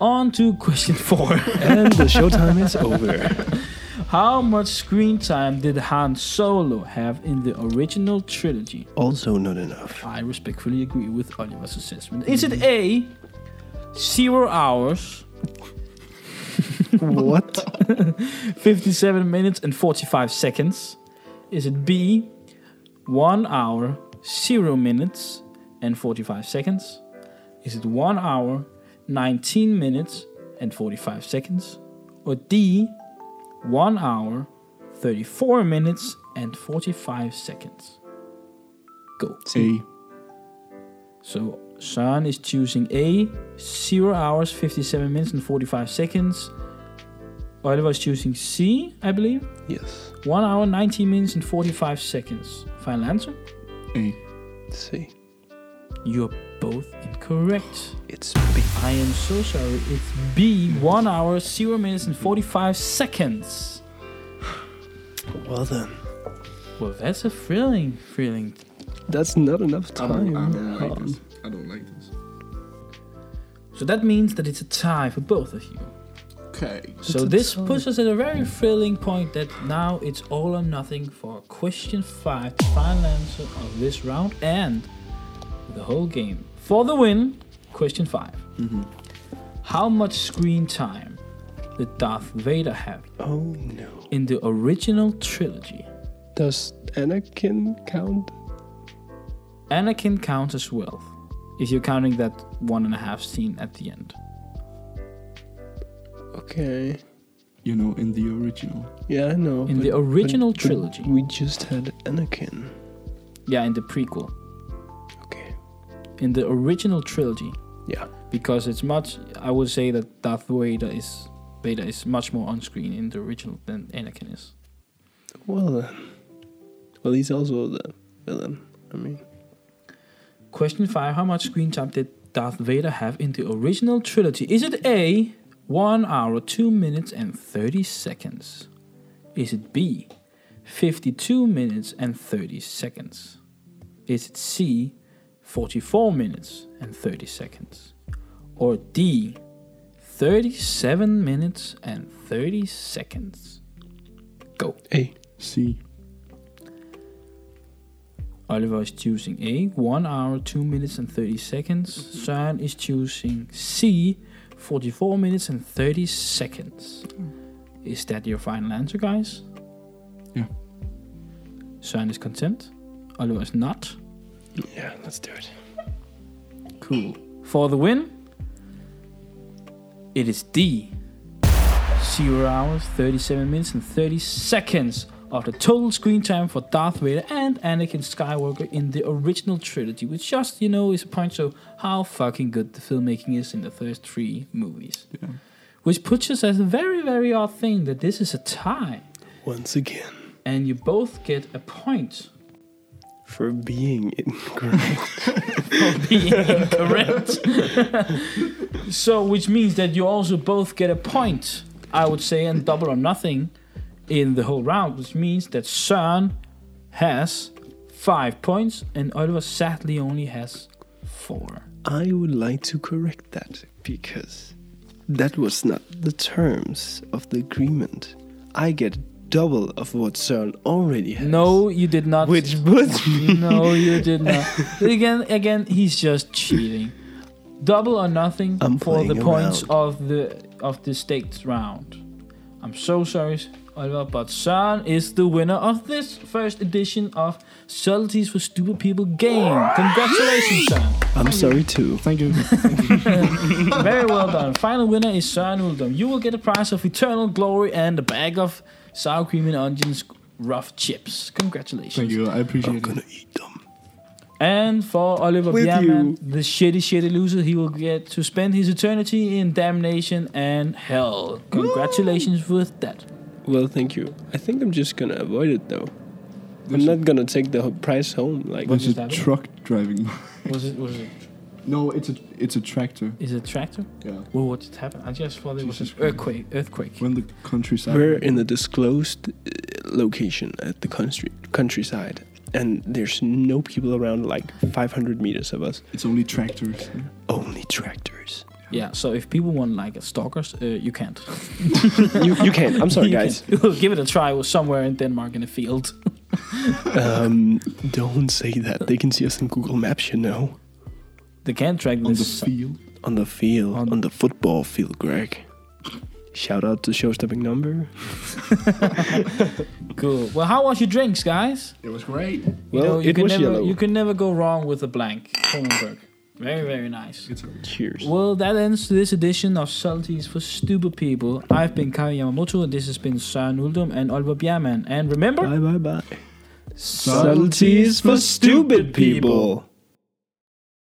Speaker 2: On to question four.
Speaker 1: and the showtime is over.
Speaker 2: How much screen time did Han Solo have in the original trilogy?
Speaker 1: Also not enough.
Speaker 2: I respectfully agree with Oliver's assessment. Is it A, zero hours,
Speaker 1: what?
Speaker 2: 57 minutes and 45 seconds? Is it B, 1 hour, 0 minutes and 45 seconds? Is it 1 hour, 19 minutes and 45 seconds? Or D, 1 hour, 34 minutes and 45 seconds? Go.
Speaker 3: A.
Speaker 2: So Sean is choosing A, 0 hours, 57 minutes and 45 seconds. Oliver is choosing C, I believe.
Speaker 1: Yes.
Speaker 2: 1 hour, 19 minutes and 45 seconds. Final answer?
Speaker 3: A.
Speaker 1: Let's see.
Speaker 2: You're both incorrect.
Speaker 1: It's big.
Speaker 2: I am so sorry. It's B, 1 hour, 0 minutes, and 45 seconds.
Speaker 1: Well then,
Speaker 2: Well, that's a thrilling, thrilling.
Speaker 1: that's not enough
Speaker 3: I don't,
Speaker 1: time.
Speaker 3: Oh, I don't like this. I don't like this.
Speaker 2: So that means that it's a tie for both of you.
Speaker 3: Okay.
Speaker 2: So
Speaker 1: a
Speaker 2: this
Speaker 1: tie.
Speaker 2: puts us at a very thrilling point that now it's all or nothing for question five, the final answer of this round and the whole game. For the win, question 5 How much screen time did Darth Vader have
Speaker 1: Oh no.
Speaker 2: in the original trilogy?
Speaker 1: Does Anakin count?
Speaker 2: Anakin counts as well, if you're counting that one and a half scene at the end.
Speaker 1: Okay.
Speaker 3: You know, in the original.
Speaker 1: Yeah, I know.
Speaker 2: In the original trilogy.
Speaker 1: we just had Anakin.
Speaker 2: Yeah, in the prequel.
Speaker 1: Okay.
Speaker 2: In the original trilogy.
Speaker 1: Yeah.
Speaker 2: Because it's much I would say that Darth Vader is Vader is much more on screen in the original than Anakin is.
Speaker 1: Well then. Well, he's also the villain. I mean.
Speaker 2: Question five How much screen time did Darth Vader have in the original trilogy? Is it A, 1 hour, 2 minutes, and 30 seconds? Is it B, 52 minutes and 30 seconds? Is it C, 44 minutes and 30 seconds? Or D, 37 minutes and 30 seconds? Go.
Speaker 1: A.
Speaker 3: C.
Speaker 2: Oliver is choosing A, 1 hour, 2 minutes and 30 seconds. Søren is choosing C, 44 minutes and 30 seconds. Is that your final answer, guys?
Speaker 3: Yeah.
Speaker 2: Søren is content. Oliver is not.
Speaker 1: Yeah, let's do it.
Speaker 2: Cool. For the win, it is D. 0 hours, 37 minutes, and 30 seconds of the total screen time for Darth Vader and Anakin Skywalker in the original trilogy, which just, you know, is a point to how fucking good the filmmaking is in the first three movies.
Speaker 3: Yeah.
Speaker 2: Which puts us as a very, very odd thing that this is a tie,
Speaker 1: Once again,
Speaker 2: and you both get a point
Speaker 1: for being incorrect.
Speaker 2: for being incorrect. so, which means that you also both get a point, I would say, and double or nothing in the whole round, which means that Søren has five points and Oliver sadly only has four.
Speaker 1: I would like to correct that because that was not the terms of the agreement. I get double of what Cern already has.
Speaker 2: No, you did not.
Speaker 1: Which puts me.
Speaker 2: no, you did not. again, again, he's just cheating. Double or nothing
Speaker 1: I'm
Speaker 2: for the
Speaker 1: playing
Speaker 2: points
Speaker 1: around.
Speaker 2: of the of the staked round. I'm so sorry, Oliver, but San is the winner of this first edition of Subtleties for Stupid People game. Congratulations, San.
Speaker 1: I'm sorry too.
Speaker 3: Thank you.
Speaker 2: Very well done. Final winner is Søren Uldum. You will get a prize of eternal glory and a bag of sour cream and onions rough chips. Congratulations.
Speaker 3: Thank you. I appreciate
Speaker 1: I'm
Speaker 3: it.
Speaker 1: gonna eat them.
Speaker 2: And for Oliver
Speaker 1: With
Speaker 2: Bierman,
Speaker 1: you.
Speaker 2: the shitty, shitty loser, he will get to spend his eternity in damnation and hell. Congratulations with that.
Speaker 1: Well, thank you. I think I'm just gonna avoid it though. I'm not gonna take the ho- prize home. Like,
Speaker 2: What-
Speaker 3: There's
Speaker 2: What's
Speaker 3: a
Speaker 2: that?
Speaker 3: truck driving.
Speaker 2: Was it? Was it?
Speaker 3: no, it's a it's a tractor.
Speaker 2: Is it a tractor?
Speaker 3: Yeah.
Speaker 2: Well, what did happen? I just thought it was an
Speaker 3: Jesus Christ.
Speaker 2: earthquake. Earthquake.
Speaker 3: When the countryside.
Speaker 1: we're in the disclosed uh, location at the country countryside, and there's no people around. Like 500 meters of us,
Speaker 3: It's only tractors.
Speaker 1: only tractors.
Speaker 2: Yeah. So if people want like a stalkers, uh, you can't.
Speaker 1: you, you can't. I'm sorry,
Speaker 2: You
Speaker 1: guys.
Speaker 2: can't. Give it a try somewhere in Denmark in a field.
Speaker 1: Um, don't say that. They can see us in Google Maps, you know.
Speaker 2: They can't track
Speaker 3: On the
Speaker 2: this.
Speaker 3: field.
Speaker 1: On the field,
Speaker 2: On-
Speaker 1: on, the football field, Greg. Shout out to Show Stepping Number.
Speaker 2: Cool. Well, how was your drinks, guys?
Speaker 3: It was great.
Speaker 2: You
Speaker 1: Well,
Speaker 2: know, you
Speaker 1: it
Speaker 2: can
Speaker 1: was
Speaker 2: never,
Speaker 1: yellow.
Speaker 2: You can never go wrong with a blank. Kronenberg. Very, very nice.
Speaker 3: It's alright.
Speaker 1: Cheers.
Speaker 2: Well, that ends this edition of Subtleties for Stupid People. I've been Kai Yamamoto, and this has been Søren Uldum and Oliver Bjerman. And remember,
Speaker 1: Bye, bye, bye.
Speaker 2: subtleties
Speaker 1: Subtleties for stupid people.